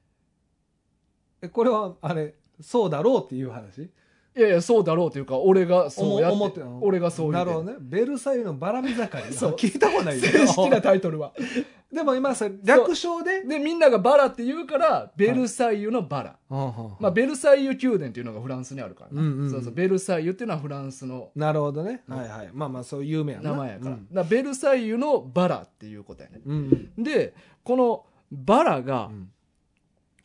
Speaker 2: えこれはあれそうだろうっていう話
Speaker 1: いやいやそうだろうというか俺がそうや
Speaker 2: 思
Speaker 1: っ
Speaker 2: っててうん
Speaker 1: 俺がそう言
Speaker 2: な
Speaker 1: うて
Speaker 2: るほどねベルサイユのバラ見盛り
Speaker 1: そう
Speaker 2: 聞いたことないよ
Speaker 1: 正式なタイトルは
Speaker 2: でも今それ略称で
Speaker 1: でみんながバラって言うからベルサイユのバラ、ま
Speaker 2: ま
Speaker 1: あ、ベルサイユ宮殿っていうのがフランスにあるからな、
Speaker 2: うんうんうん
Speaker 1: そうそうベルサイユっていうのはフランスの
Speaker 2: なるほどね、
Speaker 1: うん
Speaker 2: はいはいまあまあそう有名やな
Speaker 1: 名前やから,、
Speaker 2: うん
Speaker 1: ベルサイユのバラっていうことやね
Speaker 2: うん
Speaker 1: でこのバラ
Speaker 2: う
Speaker 1: が、
Speaker 2: ん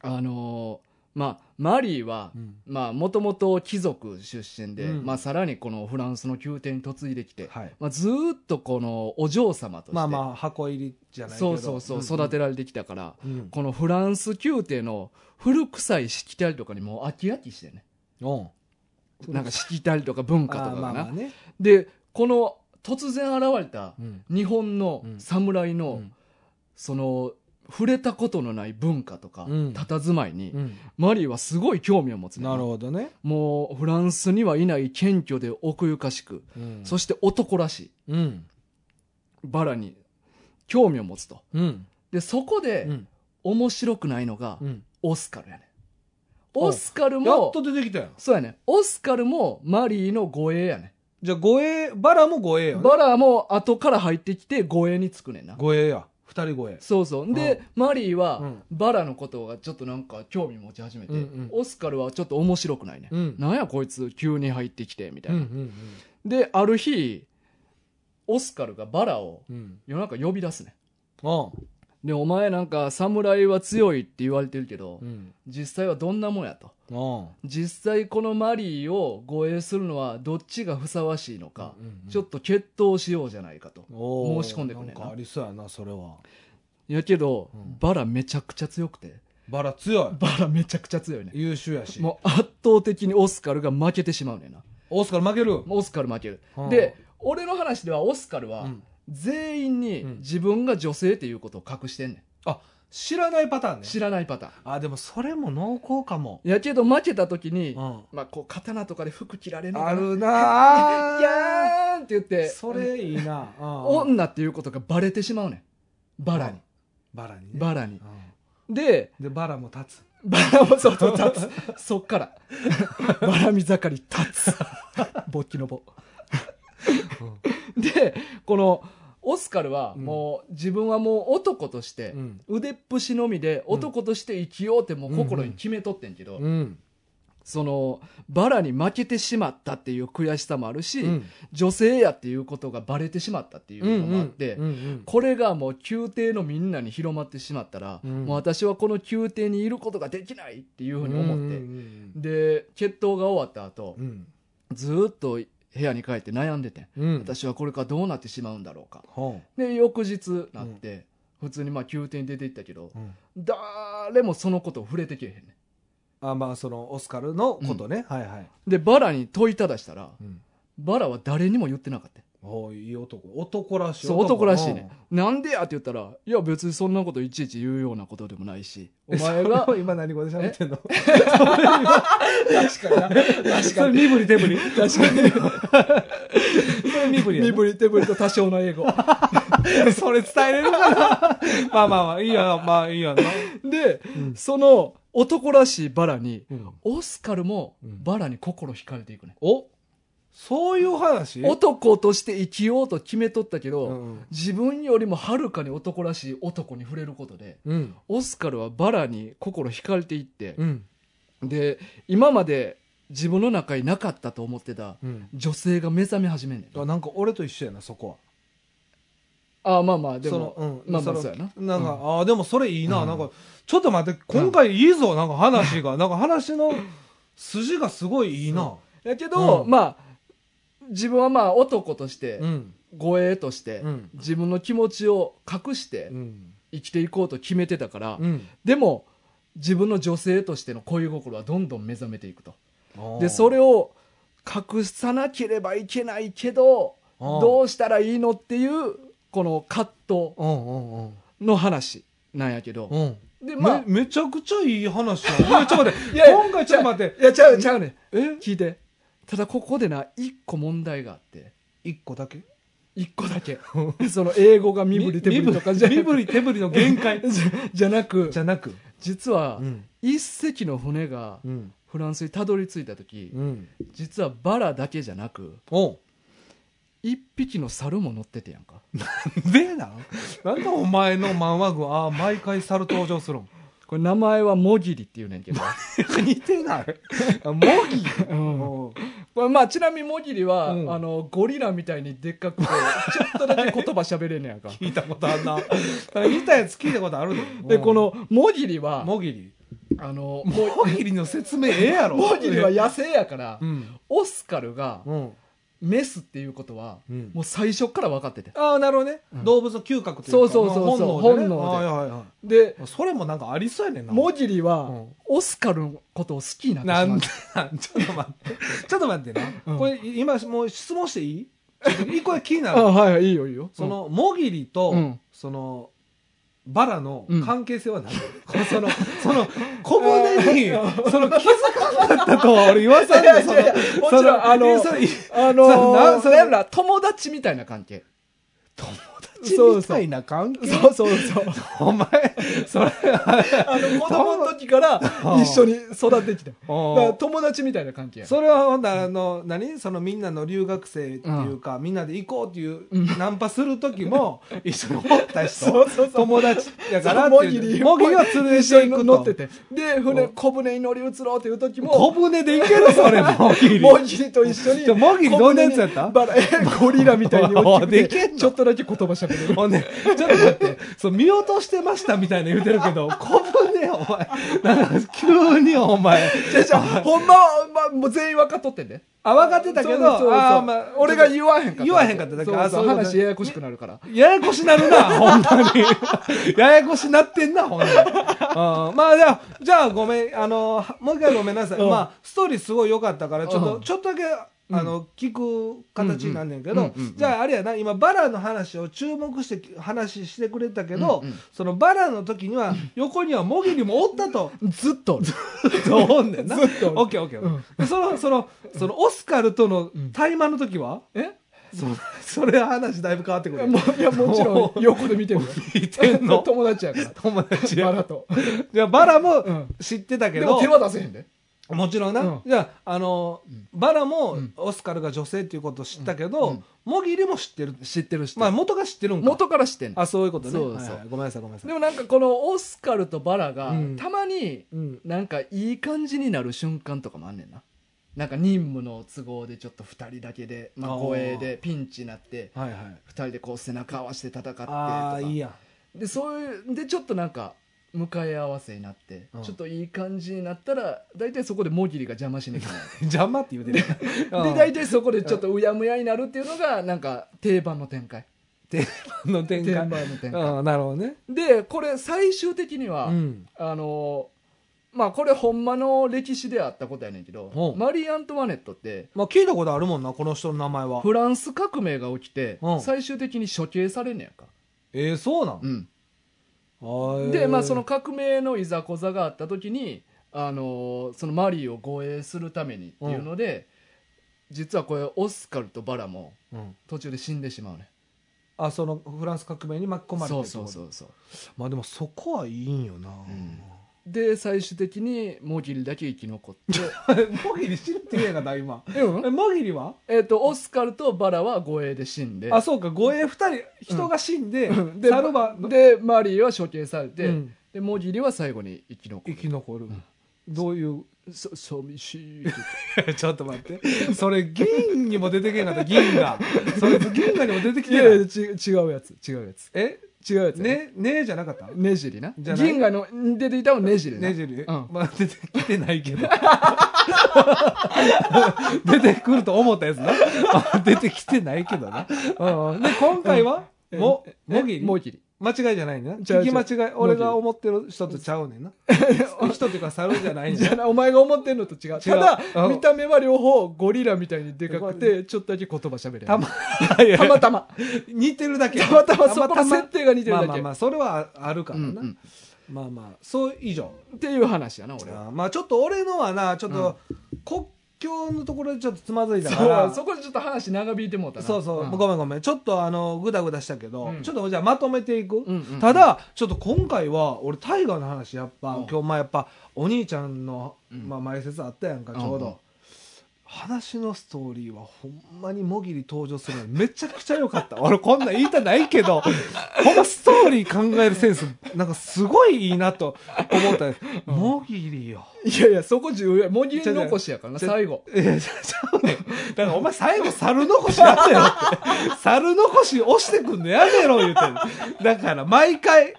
Speaker 1: あのーまあマリーは、
Speaker 2: うん
Speaker 1: まあもともと貴族出身で、
Speaker 2: うん
Speaker 1: まあ、さらにこのフランスの宮廷に嫁いできて、
Speaker 2: はい
Speaker 1: まあ、ずーっとこのお嬢様として、
Speaker 2: まあまあ箱入りじゃないけ
Speaker 1: そ
Speaker 2: ど
Speaker 1: うそうそう育て
Speaker 2: る、
Speaker 1: られてきたから、
Speaker 2: うん
Speaker 1: このフランス宮廷の古臭いしきたりとかにもう飽き飽きしてね
Speaker 2: うん、
Speaker 1: なんかしきたりとか文化とか
Speaker 2: あー
Speaker 1: がな、
Speaker 2: まあまあね、
Speaker 1: でこの突然現れた
Speaker 2: うん
Speaker 1: 日本の
Speaker 2: うん
Speaker 1: 侍の、
Speaker 2: うん
Speaker 1: その触れたことのない文化とか、
Speaker 2: うん
Speaker 1: 佇まいに、
Speaker 2: うん
Speaker 1: マリーはすごい興味を持つね
Speaker 2: なるほどね、
Speaker 1: もうフランスにはいない謙虚で奥ゆかしく、
Speaker 2: うん
Speaker 1: そして男らしい
Speaker 2: うん
Speaker 1: バラに興味を持つと
Speaker 2: うん
Speaker 1: でそこで、
Speaker 2: うん
Speaker 1: 面白くないのが、
Speaker 2: うん
Speaker 1: オスカルやね
Speaker 2: お
Speaker 1: オスカル
Speaker 2: やっ
Speaker 1: も
Speaker 2: と出てきたよ
Speaker 1: そうやねオスカルもマリーの護衛やね
Speaker 2: じゃあ護衛バラも護衛よ、ね、
Speaker 1: バラも後から入ってきて護衛につくねんな
Speaker 2: 護衛や二人護衛
Speaker 1: そうそうで、マリーは、
Speaker 2: うん
Speaker 1: バラのことがちょっとなんか興味持ち始めて、
Speaker 2: うんうん
Speaker 1: オスカルはちょっと面白くないね、
Speaker 2: うん
Speaker 1: なんやこいつ急に入ってきてみた
Speaker 2: う
Speaker 1: い
Speaker 2: ん
Speaker 1: な、である日オスカルがバラを
Speaker 2: うんうんうん
Speaker 1: 夜中呼び出すね
Speaker 2: あ
Speaker 1: でお前なんか侍は強いって言われてるけど、
Speaker 2: うん
Speaker 1: 実際はどんなもんやと
Speaker 2: あ
Speaker 1: 実際このマリーを護衛するのはどっちがふさわしいのか、
Speaker 2: うんうん
Speaker 1: ちょっと決闘しようじゃないかと
Speaker 2: おー
Speaker 1: 申し込んでくんねんな
Speaker 2: なんかありそうやなそれは
Speaker 1: やけど、
Speaker 2: うん
Speaker 1: バラめちゃくちゃ強くて
Speaker 2: バラ強い
Speaker 1: バラめちゃくちゃ強いね
Speaker 2: 優秀やし
Speaker 1: もう圧倒的にオスカルが負けてしまうねんな
Speaker 2: オスカル負ける
Speaker 1: もうオスカル負ける、
Speaker 2: うん
Speaker 1: で俺の話ではオスカル
Speaker 2: う
Speaker 1: は
Speaker 2: ん
Speaker 1: 全員に
Speaker 2: うん
Speaker 1: 自分が女性っていうことを隠してんね
Speaker 2: あ知らないパターン
Speaker 1: ん
Speaker 2: ね
Speaker 1: 知らないパターン
Speaker 2: あでもそれも濃厚かも、
Speaker 1: やけど負けた時に、
Speaker 2: うん、
Speaker 1: まあこう刀とかで服着られるのか
Speaker 2: あ
Speaker 1: な
Speaker 2: るなあ
Speaker 1: いやーんって言って
Speaker 2: それいいな、うん
Speaker 1: 女っていうことがバレてしまうねんバラに
Speaker 2: バラにね
Speaker 1: バラに
Speaker 2: う
Speaker 1: で
Speaker 2: んでバラも立 つ
Speaker 1: バラもそうそう立 つそっからバラ見盛り立つ勃起の棒でこのオスカルはもう、自分はもう男として、
Speaker 2: うん
Speaker 1: 腕っぷしのみで男として生きようってもう心に決めとってんけど、
Speaker 2: うん
Speaker 1: そのバラに負けてしまったっていう悔しさもあるし、
Speaker 2: うん
Speaker 1: 女性やっていうことがバレてしまったっていうのもあって、
Speaker 2: うんうん
Speaker 1: これがもう宮廷のみんなに広まってしまったら、
Speaker 2: うん
Speaker 1: もう私はこの宮廷にいることができないっていうふうに思って、
Speaker 2: うん
Speaker 1: で決闘が終わった後、
Speaker 2: うん
Speaker 1: ずーっと部屋に帰って悩んでてん、
Speaker 2: うん
Speaker 1: 私はこれからどうなってしまうんだろうか
Speaker 2: ほ
Speaker 1: で翌日なって、普通にまあ宮廷に出て行ったけど
Speaker 2: う、うん
Speaker 1: 誰もそのことを触れてけえへんねん
Speaker 2: あまあそのオスカルのことね、はいはい、
Speaker 1: でバラに問いただしたら
Speaker 2: うん、
Speaker 1: バラは誰にも言ってなかった
Speaker 2: おいい男男らしい
Speaker 1: そう男らしいねなんでやって言ったらいや別にそんなこといちいち言うようなことでもないしお
Speaker 2: お
Speaker 1: 前
Speaker 2: 前
Speaker 1: が
Speaker 2: が今何語で喋ってんの 確かにな確かに身振り手振り
Speaker 1: 確かに
Speaker 2: それ身振りや
Speaker 1: 身
Speaker 2: ね
Speaker 1: 振り手振りと多少の英 語
Speaker 2: それ伝えれるかなまあまあまあいいやまあいいやな
Speaker 1: で、
Speaker 2: うん
Speaker 1: その男らしいバラに
Speaker 2: うん
Speaker 1: オスカルも
Speaker 2: うん
Speaker 1: バラに心惹かれていくね、
Speaker 2: おそういう話
Speaker 1: 男として生きようと決めとったけど、
Speaker 2: うん
Speaker 1: 自分よりもはるかに男らしい男に触れることで
Speaker 2: うん
Speaker 1: オスカルはバラに心惹かれていって
Speaker 2: う、ん
Speaker 1: で今まで自分の中になかったと思ってた
Speaker 2: うん
Speaker 1: 女性が目覚め始めんねん
Speaker 2: あなんか俺と一緒やなそこは
Speaker 1: ああまあまあで
Speaker 2: そ
Speaker 1: も
Speaker 2: のうん
Speaker 1: まあま
Speaker 2: そ
Speaker 1: あ
Speaker 2: の
Speaker 1: そうやな
Speaker 2: なんか、ああでもそれいいな、
Speaker 1: うん
Speaker 2: なんかちょっと待って今回いいぞ、なんか話が なんか話の筋がすごいい いな
Speaker 1: やけど、
Speaker 2: うん
Speaker 1: まあ自分はまあ男として
Speaker 2: うん
Speaker 1: 護衛として
Speaker 2: うん
Speaker 1: 自分の気持ちを隠して
Speaker 2: うん
Speaker 1: 生きていこうと決めてたから、
Speaker 2: うん
Speaker 1: でも自分の女性としての恋心はどんどん目覚めていくとで
Speaker 2: で
Speaker 1: そ
Speaker 2: そ
Speaker 1: れ
Speaker 2: れを
Speaker 1: を隠さなければいけないけど
Speaker 2: ど
Speaker 1: どうしたらいいのっていうこの葛藤
Speaker 2: ううんうん
Speaker 1: の話なんやけど
Speaker 2: うんうん
Speaker 1: でまあ
Speaker 2: めめちゃくちゃいい 話やごめんちょっと待って
Speaker 1: いやいや
Speaker 2: 今回ちょっと待って
Speaker 1: いやちゃうちゃうね
Speaker 2: え
Speaker 1: 聞いてただここでな一個問題があって
Speaker 2: 一個だけ
Speaker 1: 一個だけその英語が身振り手振りとかじゃな
Speaker 2: 身
Speaker 1: く
Speaker 2: 振り手振りの限界
Speaker 1: じゃじゃなく
Speaker 2: じゃなく
Speaker 1: 実は
Speaker 2: ん
Speaker 1: 一隻の船が
Speaker 2: うん
Speaker 1: フランスにたどり着いた時
Speaker 2: うん
Speaker 1: 実はバラだけじゃなく
Speaker 2: おう
Speaker 1: 一匹の猿も乗っててやんか
Speaker 2: でなんなんでお前の漫画群ああ毎回猿登場するん
Speaker 1: これ名前はモギリっていうねんけど、
Speaker 2: 似てないモギおう
Speaker 1: これまあちなみにモギリは、
Speaker 2: うん
Speaker 1: あのゴリラみたいにでっか くてちょっとだけ言葉喋れんねやんか
Speaker 2: 聞いたことあんな似たやつ聞いたことある
Speaker 1: でこのモギリは
Speaker 2: モギリ
Speaker 1: あのもう
Speaker 2: モギリの説明ええやろ
Speaker 1: モギリは野生やから、
Speaker 2: うん
Speaker 1: オスカルが
Speaker 2: うん
Speaker 1: メスっていうことは、
Speaker 2: うん
Speaker 1: もう最初から分かってて
Speaker 2: ああなるほどね、
Speaker 1: うん
Speaker 2: 動物の嗅覚というか
Speaker 1: そうそうそうそう
Speaker 2: まあ本能で,、
Speaker 1: 本能
Speaker 2: ね、
Speaker 1: で
Speaker 2: はいはいは
Speaker 1: で
Speaker 2: い、それもなんかありそうやねんな
Speaker 1: モギリは、
Speaker 2: うん
Speaker 1: オスカルのことを好きになってしま
Speaker 2: な
Speaker 1: うん
Speaker 2: だちょっと待ってちょっと待ってな、
Speaker 1: うん
Speaker 2: これ今もう質問していいちょっと一個だけ気にな
Speaker 1: あ
Speaker 2: る
Speaker 1: はいはいいいよいいよ
Speaker 2: そのモギリと、
Speaker 1: うん
Speaker 2: そのバラの
Speaker 1: うん
Speaker 2: 関係性は何、 このそのその小骨に
Speaker 1: えー
Speaker 2: その気づかなかったとは俺言わさん
Speaker 1: いや
Speaker 2: で
Speaker 1: い
Speaker 2: その
Speaker 1: やいやもちろん
Speaker 2: その
Speaker 1: あの
Speaker 2: それ
Speaker 1: あ
Speaker 2: そ
Speaker 1: の
Speaker 2: うな
Speaker 1: ー、
Speaker 2: そ
Speaker 1: そ
Speaker 2: れ
Speaker 1: れやろな友達みたいな関係
Speaker 2: 友
Speaker 1: そう
Speaker 2: 達みたいな関係
Speaker 1: そうそうそう
Speaker 2: お前それ
Speaker 1: あの子供の時から一緒に育ってきただから友達みたいな関係や
Speaker 2: それはほんならあの、何そのみんなの留学生っていうか、みんなで行こうっていう、ナンパする時も一緒におった人
Speaker 1: そうそうそう
Speaker 2: 友達やから
Speaker 1: モ
Speaker 2: って
Speaker 1: ギ
Speaker 2: いう
Speaker 1: リ
Speaker 2: モギリは連れ
Speaker 1: 一
Speaker 2: て
Speaker 1: 緒
Speaker 2: い
Speaker 1: に
Speaker 2: く
Speaker 1: 乗っ
Speaker 2: と
Speaker 1: ててで
Speaker 2: う
Speaker 1: 船
Speaker 2: ん
Speaker 1: 小舟に乗り移ろうという時
Speaker 2: 小
Speaker 1: も
Speaker 2: 舟で行けるそれモギリ
Speaker 1: モギリと一緒に
Speaker 2: じゃあモギリどんなやつやっ
Speaker 1: 小
Speaker 2: た
Speaker 1: 舟にバラえゴリラみたいに 大きく
Speaker 2: でき
Speaker 1: て
Speaker 2: んの
Speaker 1: ちょっとだけ言葉しゃべ れる
Speaker 2: ほんでちょっと待ってそう見落としてましたみたいな言うてる けど小舟お前なんか急にお前
Speaker 1: じゃあじゃあほんまはまあもう全員分かっとってんで
Speaker 2: あ分かってたけ
Speaker 1: そ
Speaker 2: ど
Speaker 1: うそうそう
Speaker 2: あーまあ
Speaker 1: 俺が言わへんかった
Speaker 2: 言わへんかっただけ
Speaker 1: そう
Speaker 2: あそ
Speaker 1: そう
Speaker 2: いううことね
Speaker 1: 話ややこしくなるから
Speaker 2: ややこしな るな、ほんまに。ややこしなってんな、ほんまに。うんまあ、じゃあ、じゃあごめん、あの、はもう一回ごめんなさい。
Speaker 1: うん
Speaker 2: まあ、ストーリーすごい良かったから、ちょっと、
Speaker 1: うん
Speaker 2: ちょっとだけ、あの、聞く形になんねんけど、
Speaker 1: うんうんうんうん
Speaker 2: じゃあ、あれやな、今、バラの話を注目して、話してくれたけど、
Speaker 1: うんうん
Speaker 2: そのバラの時には、横にはモギリもおった と。
Speaker 1: ずっとおる
Speaker 2: とおんねんな。オ
Speaker 1: ずっ
Speaker 2: ッ
Speaker 1: とおる
Speaker 2: ケーオッケー。
Speaker 1: うん
Speaker 2: でその、その、その、オスカルとの
Speaker 1: うん
Speaker 2: 対話の時は、
Speaker 1: え
Speaker 2: そのそれ話だいぶ変わってくる。
Speaker 1: もういやもちろん横で見てるよ
Speaker 2: 見てん の
Speaker 1: 友達やから
Speaker 2: 友達
Speaker 1: バ
Speaker 2: や
Speaker 1: ラと
Speaker 2: じゃあバラ
Speaker 1: う
Speaker 2: も
Speaker 1: ん
Speaker 2: 知ってたけ
Speaker 1: で
Speaker 2: ど、
Speaker 1: も手は出せへんで
Speaker 2: もちろんな、
Speaker 1: うん
Speaker 2: じゃああの
Speaker 1: ん
Speaker 2: バラも
Speaker 1: ん
Speaker 2: オスカルが女性っていうことを知ったけど、
Speaker 1: うんうん
Speaker 2: モギリも知ってる
Speaker 1: 知ってる知って
Speaker 2: まあ
Speaker 1: る
Speaker 2: 元が知ってるんか
Speaker 1: 元から知ってんの
Speaker 2: あそういうことね
Speaker 1: そうそう
Speaker 2: はいはいごめんなさいごめんなさい
Speaker 1: でもなんかこのオスカルとバラが
Speaker 2: うん
Speaker 1: たまに
Speaker 2: うん
Speaker 1: なんかいい感じになる瞬間とかもあんねんななんか任務の都合でちょっと2人だけで、まあ、
Speaker 2: あー
Speaker 1: 護衛でピンチになって
Speaker 2: はいはい
Speaker 1: 2人でこう背中合わせて戦ってと
Speaker 2: あ
Speaker 1: か
Speaker 2: あいいやん
Speaker 1: でそういうでちょっとなんか向かい合わせになって、
Speaker 2: うん
Speaker 1: ちょっといい感じになったら大体そこでモギリが邪魔しに来 ない
Speaker 2: 邪魔 って言うてる
Speaker 1: で大体そこでちょっとうやむやになるっていうのがなんか定番の展開
Speaker 2: 定番の展
Speaker 1: 定番
Speaker 2: 開
Speaker 1: の展開
Speaker 2: うんなるほどね
Speaker 1: でこれ最終的には、
Speaker 2: うん
Speaker 1: あのまあこれほんまの歴史であったことやねんけ
Speaker 2: ほ
Speaker 1: ど
Speaker 2: う
Speaker 1: マリー・アントワネットって
Speaker 2: まあ聞いたことあるもんなこの人の名前は
Speaker 1: フランス革命が起きて
Speaker 2: うん
Speaker 1: 最終的に処刑されんねやんか、
Speaker 2: えー、そうなん、
Speaker 1: うん
Speaker 2: あー
Speaker 1: でまあその革命のいざこざがあった時にあのそのマリーを護衛するためにっていうので、実はこれオスカルとバラも
Speaker 2: うん
Speaker 1: 途中で死んでしまうね
Speaker 2: あそのフランス革命に巻き込まれて
Speaker 1: そ
Speaker 2: る
Speaker 1: うそうそうそう
Speaker 2: まあでもそこはいいんよな、
Speaker 1: んで最終的にモギリだけ生き残 って
Speaker 2: モギリ知るって言えんかった今
Speaker 1: うん
Speaker 2: えモギリは
Speaker 1: えっとオスカルとバラは護衛で死んで
Speaker 2: あそうか護衛2人人が死んで、
Speaker 1: うんで
Speaker 2: サルバの
Speaker 1: でマリーは処刑されて、
Speaker 2: うん
Speaker 1: でモギリは最後に生き残
Speaker 2: 生
Speaker 1: る
Speaker 2: き残る、どういう
Speaker 1: そ寂しい
Speaker 2: ちょっと待って それ銀にも出てけんかった銀がそれ銀河にも出てき
Speaker 1: い
Speaker 2: て
Speaker 1: やい
Speaker 2: な
Speaker 1: や
Speaker 2: い
Speaker 1: ち違うやつ違うやつ
Speaker 2: え
Speaker 1: 違うやつや
Speaker 2: ねねえじゃなかった
Speaker 1: ねじりな
Speaker 2: じゃない
Speaker 1: 銀河の出ていたのねじりな
Speaker 2: ねじり、
Speaker 1: うん
Speaker 2: まあ出てきてないけど 出てくると思ったやつな 出てきてないけどな、うんうんで今回は、もモギリ
Speaker 1: モギリ
Speaker 2: 間違いじゃないねんな
Speaker 1: ちゃう
Speaker 2: 聞き間違い俺が
Speaker 1: ノ
Speaker 2: 思ってる人とちゃ うねんな人っていうか猿じゃないん
Speaker 1: じ
Speaker 2: だ
Speaker 1: ゃあお前が思ってんのと違う
Speaker 2: 違う
Speaker 1: ただ
Speaker 2: うん
Speaker 1: 見た目は両方ゴリラみたいにでかくてちょっとだけ言葉喋れる
Speaker 2: たま
Speaker 1: たまたま
Speaker 2: 似てるだけ
Speaker 1: たまたまそこの設定が似てるだけ
Speaker 2: まあまあまあそれはああるからな、
Speaker 1: うんうん
Speaker 2: まあまあそう以上
Speaker 1: っていう話やな俺は
Speaker 2: あーまあちょっと俺のはなちょっと国境のところでちょっとつまずいたか
Speaker 1: そ
Speaker 2: ら
Speaker 1: うそこでちょっと話長引いてもうたな
Speaker 2: そうそう、
Speaker 1: ん
Speaker 2: ごめんごめんちょっとあのグダグダしたけど、
Speaker 1: うん
Speaker 2: ちょっとじゃあまとめていく、
Speaker 1: うんうんうん
Speaker 2: ただちょっと今回は俺大河の話やっぱ、
Speaker 1: うん
Speaker 2: 今日まあやっぱお兄ちゃんの、
Speaker 1: うん
Speaker 2: まあ、前説あったやんかちょうど、
Speaker 1: うんうん
Speaker 2: 話のストーリーはほんまにもぎり登場するのめちゃくちゃ良かった 俺こんなん言いたないけど ほんまストーリー考えるセンスなんかすごいいいなと思ったもぎりよ
Speaker 1: いやいやそこ重要やもぎり残しやからな
Speaker 2: ちょ
Speaker 1: 最後
Speaker 2: いや、ちゃちゃうねん。だからお前最後猿残しやめろって。 猿残し押してくんのやめろ言うてんのだから毎回。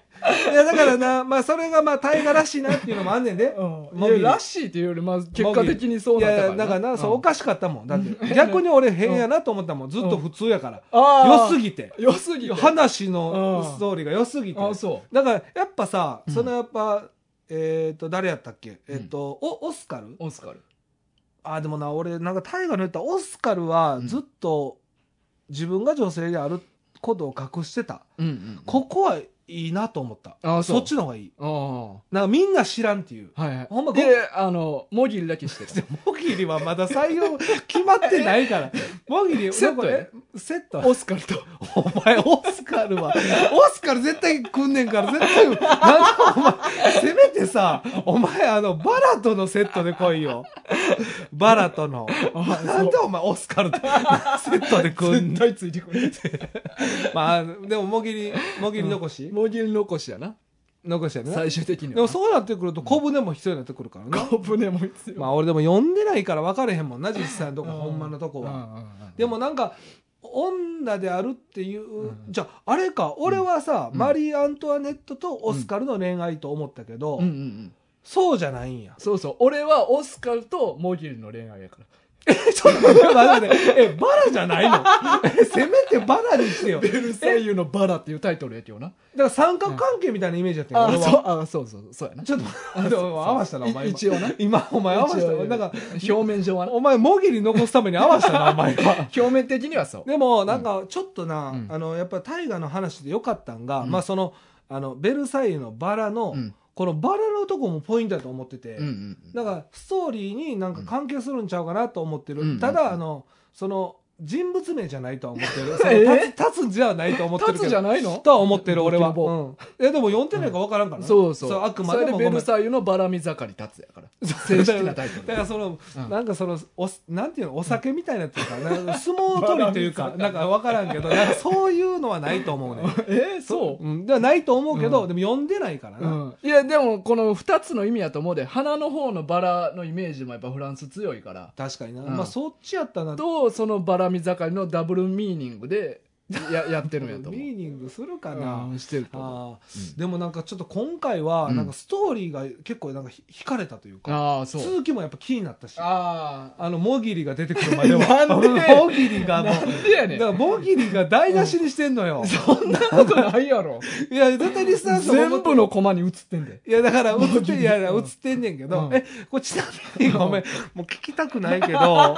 Speaker 2: いや、だからな、まあそれがまあ大河らしいなっていうのもあんねんで。
Speaker 1: うん
Speaker 2: も
Speaker 1: い
Speaker 2: ぎ
Speaker 1: や
Speaker 2: り
Speaker 1: らしいっていうよりまあ結果的にそうなった
Speaker 2: い
Speaker 1: か
Speaker 2: や
Speaker 1: ら
Speaker 2: いやだからな、そう
Speaker 1: う
Speaker 2: おかしかったもん。だって逆に俺変やなと思ったもん。ずっと普通やから。
Speaker 1: あ
Speaker 2: 良
Speaker 1: あ
Speaker 2: すぎて。
Speaker 1: 良すぎて
Speaker 2: 話
Speaker 1: う
Speaker 2: の
Speaker 1: ん
Speaker 2: ストーリーが良すぎて。
Speaker 1: あそ
Speaker 2: だからやっぱさ、
Speaker 1: うん
Speaker 2: そのやっぱ、えっと、誰やったっけえっと、おオスカル
Speaker 1: うオスカル
Speaker 2: あーでもな俺なんか大河の言ったオスカルは
Speaker 1: うん
Speaker 2: ずっと自分が女性であることを隠してた、
Speaker 1: うんうん
Speaker 2: ここはいいなと思った
Speaker 1: あそう
Speaker 2: そっちの方がいい
Speaker 1: ああ
Speaker 2: なんかみんな知らんっていう
Speaker 1: はいはい。
Speaker 2: ほんまご
Speaker 1: で、あの、もぎりだけしてた。
Speaker 2: もぎりはまだ採用決まってないからもぎり
Speaker 1: セットやね
Speaker 2: なんかえセット
Speaker 1: オスカルと。
Speaker 2: お前オスカルはオスカル絶対来んねんから絶対なんかお前せめてさお前あのバラとのセットで来いよバラとのなんでお前オスカルとセットで来ん
Speaker 1: 絶
Speaker 2: の
Speaker 1: 対ついてくる。
Speaker 2: まあでももぎりもぎり残し、
Speaker 1: もぎり残しやな。
Speaker 2: 残しやね
Speaker 1: 最終的に
Speaker 2: でも
Speaker 1: は。
Speaker 2: そうなってくると小舟も必要になってくるからな
Speaker 1: コブネも必要。
Speaker 2: まあ俺でも読んでないから分かれへんもんな実際のとこ
Speaker 1: うん
Speaker 2: ほんまのとこは、
Speaker 1: は
Speaker 2: で、もなんか女であるっていう、
Speaker 1: うん
Speaker 2: じゃああれか俺はさ、
Speaker 1: うん
Speaker 2: マリー・アントワネットとオスカルの恋愛と思ったけど、
Speaker 1: うんうんうん。
Speaker 2: そうじゃないんや
Speaker 1: そうそう。俺はオスカルともぎりの恋愛やから。
Speaker 2: ちょっと待って待ってえバラじゃないの えせめてバラにしてよだ
Speaker 1: ベ
Speaker 2: か
Speaker 1: ルサイユのバラっていうタイトルやけどな。
Speaker 2: ら三角関係みたいなイメージだったよ、
Speaker 1: あ、
Speaker 2: 俺
Speaker 1: そう
Speaker 2: は、
Speaker 1: あ、そうそう、そうやな。
Speaker 2: ちょっと待ってお前合わせたなお前
Speaker 1: い
Speaker 2: 今
Speaker 1: 一応な。
Speaker 2: 今お前合わせた
Speaker 1: 一応
Speaker 2: ななんか
Speaker 1: 表面上はな。
Speaker 2: お前もぎり残すために合わせたなお 前は
Speaker 1: 表面的にはそう。
Speaker 2: でもなんかちょっとな、
Speaker 1: うん
Speaker 2: あのやっぱ大河の話でよかったんが、
Speaker 1: うん
Speaker 2: まあそのあのベルサイユのバラの、
Speaker 1: うん
Speaker 2: このバラのとこもポイントだと思ってて、
Speaker 1: うんうんうん。
Speaker 2: だからストーリーになんか関係するんちゃうかなと思ってる、
Speaker 1: うん、
Speaker 2: ただあのその人物名じゃないとは思って るその
Speaker 1: え
Speaker 2: 立つ立つんじゃないと思ってる
Speaker 1: 立
Speaker 2: け
Speaker 1: つじゃ
Speaker 2: ど
Speaker 1: ないの
Speaker 2: とは思ってる俺は、
Speaker 1: ボケ
Speaker 2: うんえでも読んでないか分からんからな、
Speaker 1: そうそう。
Speaker 2: あくまでも
Speaker 1: そ
Speaker 2: ご
Speaker 1: れベ
Speaker 2: めん
Speaker 1: ルサイユのバラ見盛り立つやから。正式なタイトル
Speaker 2: だ。からその、
Speaker 1: うん
Speaker 2: なんかそのおなんていうのお酒みたいなっていう かなんか相撲取りというかなんか分からんけどなんかそういうのはないと思うね、
Speaker 1: えー そう
Speaker 2: ん、ではないと思うけど、
Speaker 1: うん
Speaker 2: でも読んでないから
Speaker 1: う
Speaker 2: な、
Speaker 1: ん、いやでもこの2つの意味やと思うで花の方のバラのイメージもやっぱフランス強いから
Speaker 2: 確かにな、
Speaker 1: うん
Speaker 2: まあそっちやったな
Speaker 1: とそのバラ見盛りのダブルミーニングでや やってるんやと思
Speaker 2: ミ
Speaker 1: う
Speaker 2: ーニングするか
Speaker 1: か
Speaker 2: な、
Speaker 1: してると思う
Speaker 2: あー
Speaker 1: うん
Speaker 2: でもなんかちょっと今回は
Speaker 1: うん
Speaker 2: なんかストーリーが結構なんかひ惹かれたというか、
Speaker 1: ああそう
Speaker 2: 続きもやっぱ気になったしあ
Speaker 1: あ
Speaker 2: のもぎりが出てくるまでは
Speaker 1: なん で
Speaker 2: もぎりが
Speaker 1: あ
Speaker 2: もう
Speaker 1: なんでやね
Speaker 2: だ
Speaker 1: ん
Speaker 2: からもぎりが台無しにしてんのよ、
Speaker 1: そんなことないやろ
Speaker 2: いや絶対リスナーさんも思
Speaker 1: 全
Speaker 2: って
Speaker 1: 部のコマに映ってんで
Speaker 2: いやだから映
Speaker 1: も
Speaker 2: っ
Speaker 1: ぎ
Speaker 2: て
Speaker 1: り
Speaker 2: いやいや映ってんねんけど、
Speaker 1: うん
Speaker 2: えこれちなみにごめんもう聞きたくないけど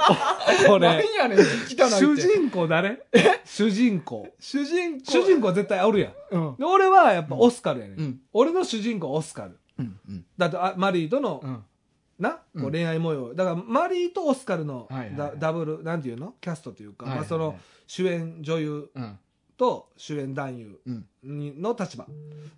Speaker 2: こ
Speaker 1: なん
Speaker 2: れ
Speaker 1: やねん聞きたないっ
Speaker 2: 主
Speaker 1: て
Speaker 2: 人公誰主人公
Speaker 1: 主人公
Speaker 2: 主人公は絶対おるやん
Speaker 1: うん
Speaker 2: で俺はやっぱオスカルやね、、
Speaker 1: うんん
Speaker 2: 俺の主人公はオスカル
Speaker 1: うんうん
Speaker 2: だってあマリーとの、
Speaker 1: うん
Speaker 2: な、
Speaker 1: うん
Speaker 2: こう恋愛模様だからマリーとオスカルのダ,、
Speaker 1: はいはいはい
Speaker 2: ダブルなんていうのキャストというか、
Speaker 1: はいはいは
Speaker 2: まあ、
Speaker 1: い
Speaker 2: その主演女優
Speaker 1: うん
Speaker 2: と主演男優
Speaker 1: うん
Speaker 2: にの立場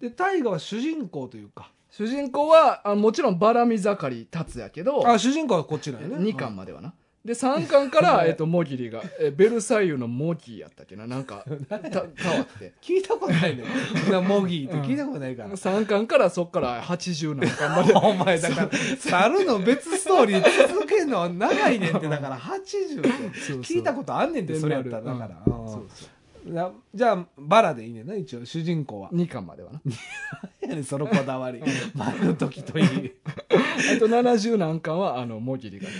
Speaker 2: で大河は主人公というか
Speaker 1: 主人公はあもちろんバラ見盛り立つやけど
Speaker 2: あ主人公はこっちなんやね
Speaker 1: 2巻まではな。で、3巻から、えっと、モギリが、え、ベルサイユのモギーやったっけな、なん か、た変わって。
Speaker 2: 聞いたことない ねなモギーって聞いたことないから、
Speaker 1: 3巻からそっから80何巻 まで。
Speaker 2: お前だから猿の別ストーリー続けるのは長いねんってだから80って
Speaker 1: そうそう
Speaker 2: 聞いたことあんねんってそれやったらだ
Speaker 1: うん
Speaker 2: から、うん
Speaker 1: そうそう
Speaker 2: なじゃあバラでいいねんな一応主人公 は
Speaker 1: 2巻まではな
Speaker 2: 何やねんそのこだわり前の時といい絶
Speaker 1: あと70何巻はあのもぎりがね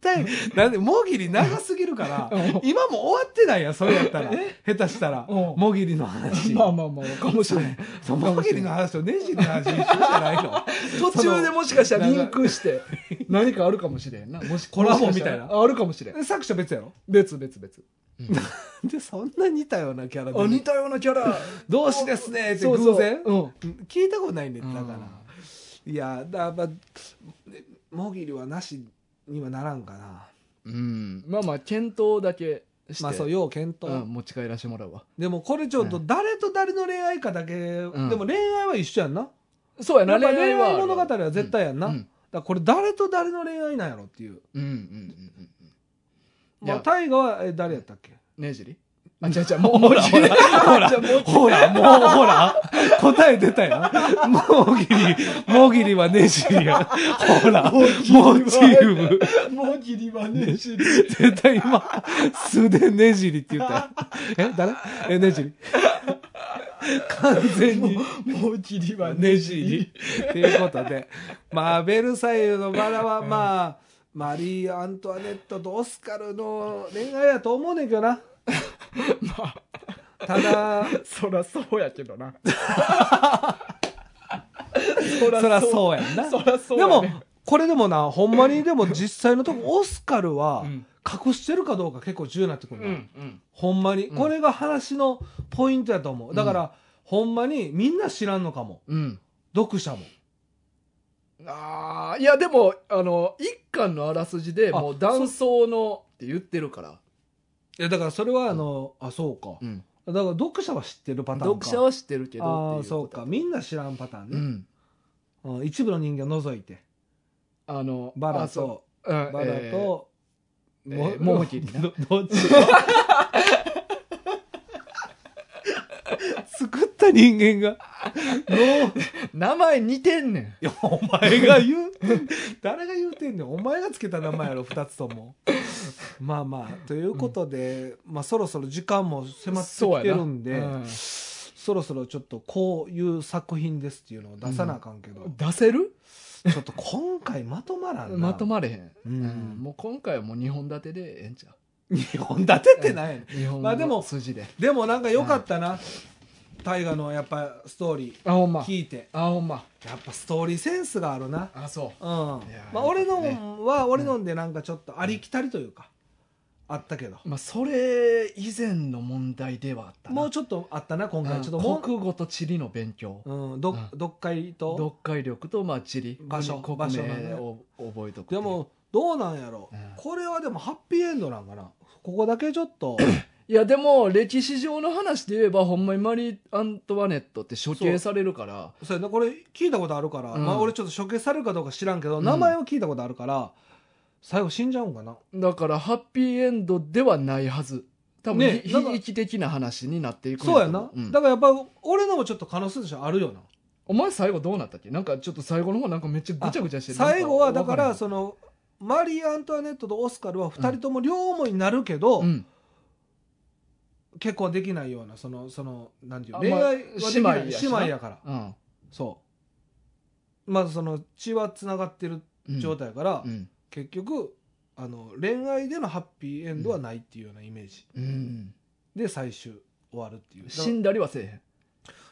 Speaker 2: 対なんでもぎり長すぎるから
Speaker 1: うん
Speaker 2: 今も終わってないやんそれやったら下手したら
Speaker 1: うん
Speaker 2: もぎりの話
Speaker 1: まあまあまあかもしれない
Speaker 2: そのもぎりの話とねじりの話一緒じゃない の
Speaker 1: 途中でもしかしたらリンクして何かあるかもしれんなもし
Speaker 2: コラボみたいな
Speaker 1: もしかしらあるかもしれん
Speaker 2: え作者別やろ
Speaker 1: 別別別
Speaker 2: でそんな似たようなキャラ
Speaker 1: あ
Speaker 2: で
Speaker 1: 似たようなキャラ
Speaker 2: 同志ですねって
Speaker 1: そう
Speaker 2: 偶
Speaker 1: そう
Speaker 2: 然
Speaker 1: うん
Speaker 2: 聞いたことないねんだか
Speaker 1: う
Speaker 2: ら
Speaker 1: ん
Speaker 2: いやだまあねもぎりはなしにはならんかな
Speaker 1: うんまあまあ検討だけして、
Speaker 2: まあそう要検討、
Speaker 1: うん持ち帰らしてもらうわ
Speaker 2: でもこれちょっと誰と誰の恋愛かだけ、
Speaker 1: ん
Speaker 2: でも恋愛は一緒やんな
Speaker 1: そうやな
Speaker 2: やっぱ
Speaker 1: 恋
Speaker 2: 恋
Speaker 1: 愛は
Speaker 2: 愛物語は絶対やんな、
Speaker 1: うん
Speaker 2: だからこれ誰と誰の恋愛なんやろっていう、
Speaker 1: うんうんうんうんうんい
Speaker 2: まあ、
Speaker 1: や
Speaker 2: 大河はえ誰やったっけ
Speaker 1: ねじりあじゃじゃもうほらほら ほら
Speaker 2: ほらもうほら 答え出たや んもぎりもぎりはねじりやほらモチーフ
Speaker 1: もぎりはねじり
Speaker 2: 絶対今素でねじりって言ったやんえ誰えねじり完全に
Speaker 1: もぎりは
Speaker 2: ねじり。ということで、まあ、ベルサイユのバラは、まあ、マリー・アントワネットとオスカルの恋愛やと思うねんけどな。
Speaker 1: ま
Speaker 2: ただ、
Speaker 1: あそらそうやけどなそ
Speaker 2: そらそうやんな。
Speaker 1: そらそう
Speaker 2: で
Speaker 1: や
Speaker 2: も
Speaker 1: ね、
Speaker 2: これでもな、ほんまにでも実際のとこ、オスカルは
Speaker 1: うん
Speaker 2: 隠してるかどうか結構重要になってくる
Speaker 1: う
Speaker 2: の。
Speaker 1: んうん
Speaker 2: ほんまに。
Speaker 1: うん
Speaker 2: これが話のポイントやと思う。だから、ほんまにみんな知らんのかも。
Speaker 1: うん
Speaker 2: 読者も。
Speaker 1: あーいやでもあの一巻のあらすじで
Speaker 2: あ
Speaker 1: もう断層のって言ってるから、
Speaker 2: いや、だからそれはあの、あ、そうか。
Speaker 1: うん、
Speaker 2: だから読者は知ってるパターンか。
Speaker 1: 読者は知ってるけど
Speaker 2: ああ
Speaker 1: っていう
Speaker 2: そう
Speaker 1: こと
Speaker 2: かみんな知らんパターン
Speaker 1: う
Speaker 2: ね、
Speaker 1: ん
Speaker 2: うん一部の人間を除いて
Speaker 1: あの
Speaker 2: バラ
Speaker 1: あそうう
Speaker 2: と
Speaker 1: ん
Speaker 2: バラ
Speaker 1: えーえ
Speaker 2: と、
Speaker 1: ーえーモモキリな
Speaker 2: どどっちか作った人間 がの
Speaker 1: 名前似てんねん
Speaker 2: いやお前が言う 誰が言うてんねんお前がつけた名前やろ2つともまあまあということで、まあそろそろ時間も迫って
Speaker 1: そう
Speaker 2: きて
Speaker 1: やな
Speaker 2: るんで、
Speaker 1: うん
Speaker 2: そろそろちょっとこういう作品ですっていうのを出さなあかんけど、
Speaker 1: 出せる
Speaker 2: ちょっと今回まとまらんな
Speaker 1: まとまれへん、
Speaker 2: うん
Speaker 1: うんもう今回はもう2本立てでええんちゃう
Speaker 2: 日本立てってない、
Speaker 1: 日本
Speaker 2: まあでも
Speaker 1: の筋で、
Speaker 2: でもなんか良かったな大河のやっぱストーリ
Speaker 1: あ、ほん
Speaker 2: ー
Speaker 1: ま
Speaker 2: 聞いて
Speaker 1: あほんま
Speaker 2: やっぱストーリーセンスがあるな
Speaker 1: あそう
Speaker 2: うんま
Speaker 1: いや
Speaker 2: あ俺
Speaker 1: よかった
Speaker 2: のは俺のんでなんかちょっとありきたりというかあったけど
Speaker 1: まあそれ以前の問題ではあったな
Speaker 2: もうちょっとあったな今
Speaker 1: う
Speaker 2: 回
Speaker 1: ん
Speaker 2: ちょっとも
Speaker 1: 国語と地理の勉強、
Speaker 2: うんど
Speaker 1: うん
Speaker 2: 読解と
Speaker 1: 読解力とまあ地理
Speaker 2: 場所
Speaker 1: 国
Speaker 2: 場所のね
Speaker 1: 名を覚えとくってい
Speaker 2: で
Speaker 1: う
Speaker 2: もどうなんやろ
Speaker 1: うん
Speaker 2: これはでもハッピーエンドなんかなここだけちょっ と
Speaker 1: いやでも歴史上の話で言えばほんまにマリー・アントワネットって処刑されるから
Speaker 2: そうやなこれ聞いたことあるから
Speaker 1: うん
Speaker 2: まあ俺ちょっと処刑されるかどうか知らんけど
Speaker 1: うん
Speaker 2: 名前は聞いたことあるから最後死んじゃうんかな
Speaker 1: だからハッピーエンドではないはず多分、
Speaker 2: ね
Speaker 1: ひ
Speaker 2: なんか
Speaker 1: 悲劇的な話になっていくん
Speaker 2: そうや
Speaker 1: と思
Speaker 2: な、
Speaker 1: うん
Speaker 2: だからやっぱ俺のもちょっと可能性としてはあるよな
Speaker 1: お前最後どうなったっけなんかちょっと最後の方なんかめっちゃぐちゃぐちゃしてる
Speaker 2: 最後はだから
Speaker 1: なん
Speaker 2: そのマリー・アントワネットとオスカルは2人とも両思いになるけど、
Speaker 1: うん
Speaker 2: 結婚できないようなそのそのなんていう
Speaker 1: あ
Speaker 2: 恋愛はでき
Speaker 1: ま
Speaker 2: な
Speaker 1: あ姉
Speaker 2: い
Speaker 1: 妹やし
Speaker 2: 姉
Speaker 1: な
Speaker 2: 妹やから
Speaker 1: うん
Speaker 2: そうまずその血はつながってる
Speaker 1: うん
Speaker 2: 状態やから、
Speaker 1: うん
Speaker 2: 結局あの恋愛でのハッピーエンドはないっていうようなイメージ
Speaker 1: うん
Speaker 2: で最終終わるっていうだから
Speaker 1: 死んだりはせえへん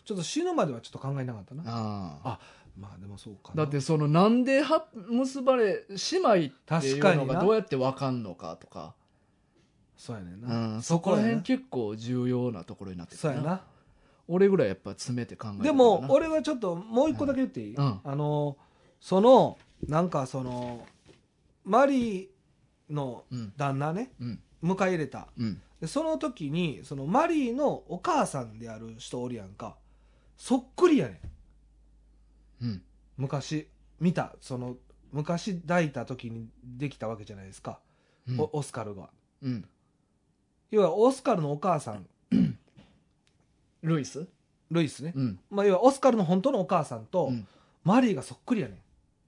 Speaker 2: ちょっと死ぬまではちょっと考えなかったな
Speaker 1: あ
Speaker 2: あまあでもそうか
Speaker 1: だ
Speaker 2: な
Speaker 1: ってそのなんでは結ばれ姉妹ってい
Speaker 2: 確
Speaker 1: う
Speaker 2: か
Speaker 1: の
Speaker 2: に
Speaker 1: が
Speaker 2: な
Speaker 1: どうやってわかんのかとか
Speaker 2: そうやねん
Speaker 1: う
Speaker 2: な、
Speaker 1: ん、そこら辺結構重要なところになってく
Speaker 2: そう
Speaker 1: る
Speaker 2: やな
Speaker 1: 俺ぐらいやっぱ詰めて考えてる
Speaker 2: でも俺はちょっともう一個だけ言っていい、
Speaker 1: うん
Speaker 2: あのそのなんかそのマリーの
Speaker 1: うん
Speaker 2: 旦那ね
Speaker 1: うん
Speaker 2: 迎え入れた
Speaker 1: うん
Speaker 2: でその時にそのマリーのお母さんである人おるやんかそっくりやね
Speaker 1: うん
Speaker 2: ん昔見たその昔抱いた時にできたわけじゃないですか、
Speaker 1: うん
Speaker 2: おオスカルが
Speaker 1: うん
Speaker 2: 要はオスカルのお母さん
Speaker 1: ルイス
Speaker 2: ルイスね、
Speaker 1: うん
Speaker 2: まあ、要はオスカルの本当のお母さんと、
Speaker 1: うん
Speaker 2: マリーがそっくりやね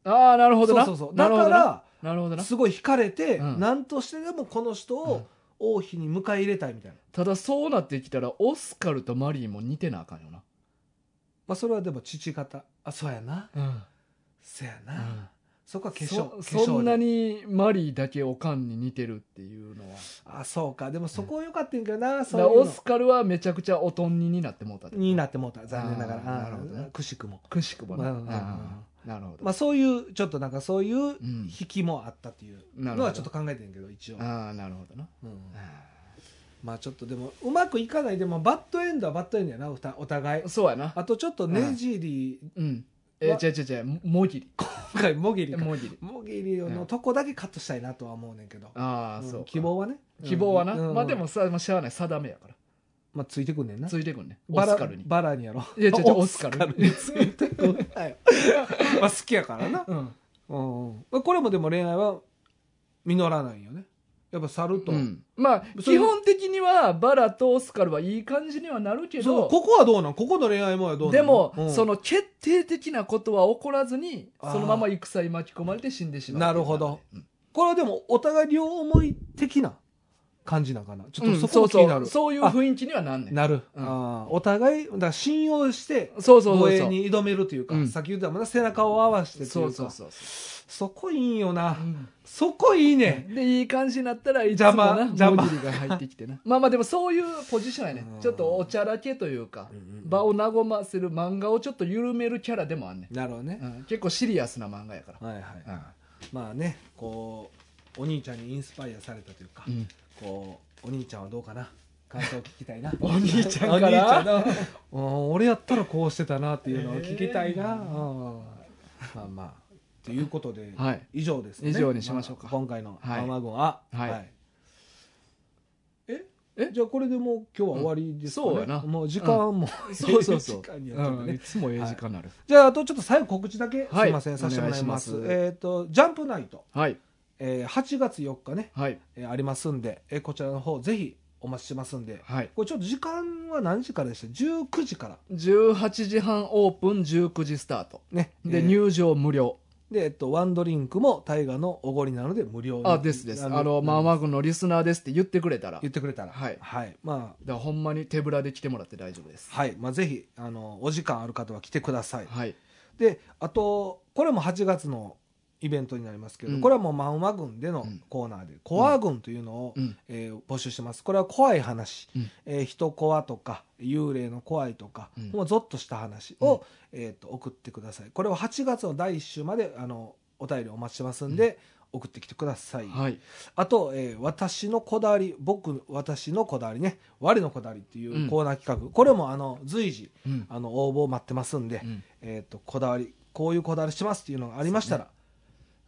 Speaker 2: ん
Speaker 1: ああなるほどな
Speaker 2: そうそうそうだ
Speaker 1: なるほ
Speaker 2: から
Speaker 1: どななるほどな
Speaker 2: すごい惹かれて、
Speaker 1: うん
Speaker 2: なんとしてでもこの人を王妃に迎え入れたいみたいな、
Speaker 1: ただそうなってきたらオスカルとマリーも似てなあかんよな
Speaker 2: まあ、それはでも父方あそうやな
Speaker 1: うん
Speaker 2: そうやな、そこは化粧
Speaker 1: そ
Speaker 2: 化粧
Speaker 1: そんな
Speaker 2: に
Speaker 1: にマリーだけおかんに似てるっていうのは
Speaker 2: あそうかでもそこは良かったんやけどな、
Speaker 1: だか
Speaker 2: そうい
Speaker 1: ら
Speaker 2: う
Speaker 1: オ
Speaker 2: の
Speaker 1: スカルはめちゃくちゃおとんにになってもうたってこと
Speaker 2: になってもうた残念ながら
Speaker 1: あーなるほどね
Speaker 2: うんくしくも、
Speaker 1: くしくもね
Speaker 2: うんうんうん
Speaker 1: ああなるほど、
Speaker 2: まあ、そういうちょっとなんかそういう
Speaker 1: うん
Speaker 2: 引きもあったっていう
Speaker 1: なる
Speaker 2: の
Speaker 1: ほ
Speaker 2: は
Speaker 1: ど
Speaker 2: ちょっと考えてんけど一応、
Speaker 1: ああなるほどな
Speaker 2: うん
Speaker 1: あ
Speaker 2: まあちょっとでもうまくいかないでもバッドエンドはバッドエンドやなおたお互い
Speaker 1: あそうやな
Speaker 2: あとちょっとねじり、
Speaker 1: うんえ
Speaker 2: わ
Speaker 1: 違う違う違うもぎり
Speaker 2: 今回もぎりか
Speaker 1: もぎり
Speaker 2: もぎりのとこだけカットしたいなとは思うねんけど、
Speaker 1: ああ
Speaker 2: うん
Speaker 1: そうか
Speaker 2: 希望はね
Speaker 1: 希望はな、
Speaker 2: うん
Speaker 1: まあでもさ、まあ、しゃあない定めやから
Speaker 2: まあついてくんねんな
Speaker 1: ついてくんねオ
Speaker 2: バラ
Speaker 1: スカルに
Speaker 2: バラにやろ
Speaker 1: いや違う違うオスカルに
Speaker 2: ついてくんなよまあ好きやからな、
Speaker 1: うん
Speaker 2: うんうんまあ、これもでも恋愛は実らないよねやっぱ猿と、
Speaker 1: うんまあ
Speaker 2: そう
Speaker 1: 基
Speaker 2: いう
Speaker 1: 本的にはバラとオスカルはいい感じにはなるけ
Speaker 2: そう
Speaker 1: ど
Speaker 2: ここはどうなんここの恋愛もはどうな
Speaker 1: で
Speaker 2: ん
Speaker 1: も、
Speaker 2: うん
Speaker 1: その決定的なことは起こらずに
Speaker 2: あー
Speaker 1: そのまま戦に巻き込まれて死んでしまう
Speaker 2: なるほど
Speaker 1: うん
Speaker 2: これはでもお互い両思い的な感じなんかなちょっ
Speaker 1: うん
Speaker 2: とそこも気になる、
Speaker 1: そうそうそういう雰囲気にはなんねん
Speaker 2: なる、
Speaker 1: うん
Speaker 2: あーお互いだから信用して
Speaker 1: そうそうそ
Speaker 2: 防
Speaker 1: う
Speaker 2: 衛
Speaker 1: そう
Speaker 2: に挑めるというか、
Speaker 1: うん
Speaker 2: さっき言ったもんな背中を合わせてというか
Speaker 1: そうそうそう
Speaker 2: そこいいんよな、
Speaker 1: うん
Speaker 2: そこいいね、
Speaker 1: でいい感じになったらいつ
Speaker 2: 邪
Speaker 1: も
Speaker 2: 魔
Speaker 1: な
Speaker 2: 邪魔
Speaker 1: もぎりが入ってきてな まあまあでもそういうポジションやね
Speaker 2: うん
Speaker 1: ちょっとおちゃらけというか場を和ませる漫画をちょっと緩めるキャラでもあんねん、
Speaker 2: なるほどね、
Speaker 1: うん結構シリアスな漫画やから、
Speaker 2: はいはい、
Speaker 1: うん
Speaker 2: まあねこうお兄ちゃんにインスパイアされたというか、こうお兄ちゃんはどうかな感想を聞きたいな
Speaker 1: お兄ちゃん
Speaker 2: お
Speaker 1: か
Speaker 2: 兄ちゃん
Speaker 1: ら
Speaker 2: のうん俺やったらこうしてたなっていうのを聞きたいな、
Speaker 1: えー
Speaker 2: うんまあまあということで、
Speaker 1: はい
Speaker 2: 以上ですね
Speaker 1: 以上にしましょうか
Speaker 2: あ今回の「
Speaker 1: はい
Speaker 2: ママ軍は」
Speaker 1: はい
Speaker 2: え
Speaker 1: え
Speaker 2: じゃあこれでもう今日は終わりですかね、
Speaker 1: うんそうやな
Speaker 2: もう時間も、
Speaker 1: そうそうそう
Speaker 2: 時間になっちゃったね
Speaker 1: うんいつもええ時間になる
Speaker 2: じゃああとちょっと最後告知だけ、
Speaker 1: はい
Speaker 2: すいませんさせてもらいます
Speaker 1: お願いします
Speaker 2: えっ、と「ジャンプナイト
Speaker 1: はい」
Speaker 2: えー8月4日ね、
Speaker 1: はい
Speaker 2: えーありますんで、えーこちらの方ぜひお待ちしてますんで
Speaker 1: はい
Speaker 2: これちょっと時間は何時からでした19時から
Speaker 1: 18時半オープン19時スタート
Speaker 2: ね
Speaker 1: で、
Speaker 2: えー
Speaker 1: 入場無料
Speaker 2: で、えっと、ワンドリンクも大河のおごりなので無料に
Speaker 1: あですですあの、
Speaker 2: うん
Speaker 1: マーマー軍のリスナーですって言ってくれたら
Speaker 2: 言ってくれたら
Speaker 1: はい
Speaker 2: まあ
Speaker 1: だからほんまに手ぶらで来てもらって大丈夫です
Speaker 2: はいまあ、ぜひあのお時間ある方は来てください、
Speaker 1: はい
Speaker 2: であとこれも8月のイベントになりますけど、
Speaker 1: うん
Speaker 2: これはもうマンマ軍での
Speaker 1: うん
Speaker 2: コーナーで、コア軍というのを、
Speaker 1: うん
Speaker 2: えー募集してますこれは怖い話、
Speaker 1: うん
Speaker 2: えー人コアとか幽霊の怖いとか、
Speaker 1: うん
Speaker 2: もうゾッとした話を、えー、と送ってくださいこれは8月の第1週まであのお便りお待ちしてますんで、送ってきてください、
Speaker 1: はい
Speaker 2: あと、えー私のこだわり僕私のこだわりね我のこだわりっていううんコーナー企画、これもあの随時
Speaker 1: うん
Speaker 2: あの応募を待ってますんで、
Speaker 1: うん
Speaker 2: えー、とこだわりこういうこだわりしてますっていうのがありましたら、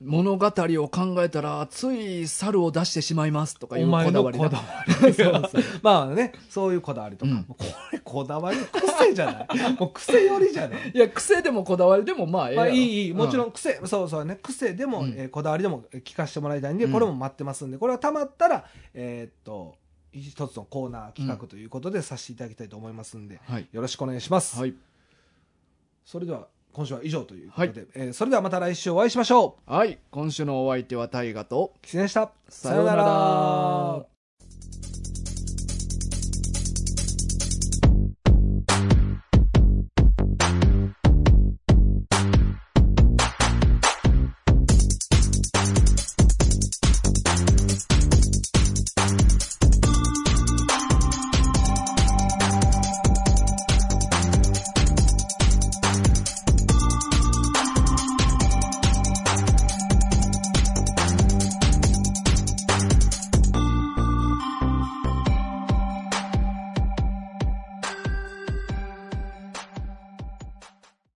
Speaker 1: 物語を考えたらつい猿を出してしまいますとかい
Speaker 2: お
Speaker 1: うこ
Speaker 2: 前
Speaker 1: だ
Speaker 2: の
Speaker 1: わ
Speaker 2: こ
Speaker 1: り
Speaker 2: だ
Speaker 1: な
Speaker 2: わりそうそう まあねそういうこだわりとか、
Speaker 1: うん
Speaker 2: これこだわり癖じゃない もう癖よりじゃない
Speaker 1: いや癖でもこだわりでもまあええ
Speaker 2: ま
Speaker 1: や
Speaker 2: あ
Speaker 1: ろ
Speaker 2: いいいいもちろ
Speaker 1: うん
Speaker 2: 癖、そうそうね癖でも、
Speaker 1: うん
Speaker 2: えーこだわりでもえー聞かせてもらいたいんで、
Speaker 1: うん
Speaker 2: これも待ってますんでこれはたまったらえーっと一つのコーナー企画ということでさせていただきたいと思いますんで、
Speaker 1: はい
Speaker 2: よろしくお願いします、
Speaker 1: はい
Speaker 2: それでは今週は以上ということで、えーそれではまた来週お会いしましょ
Speaker 1: はい今週のお相手は大河と
Speaker 2: うキツネでした
Speaker 1: さようなら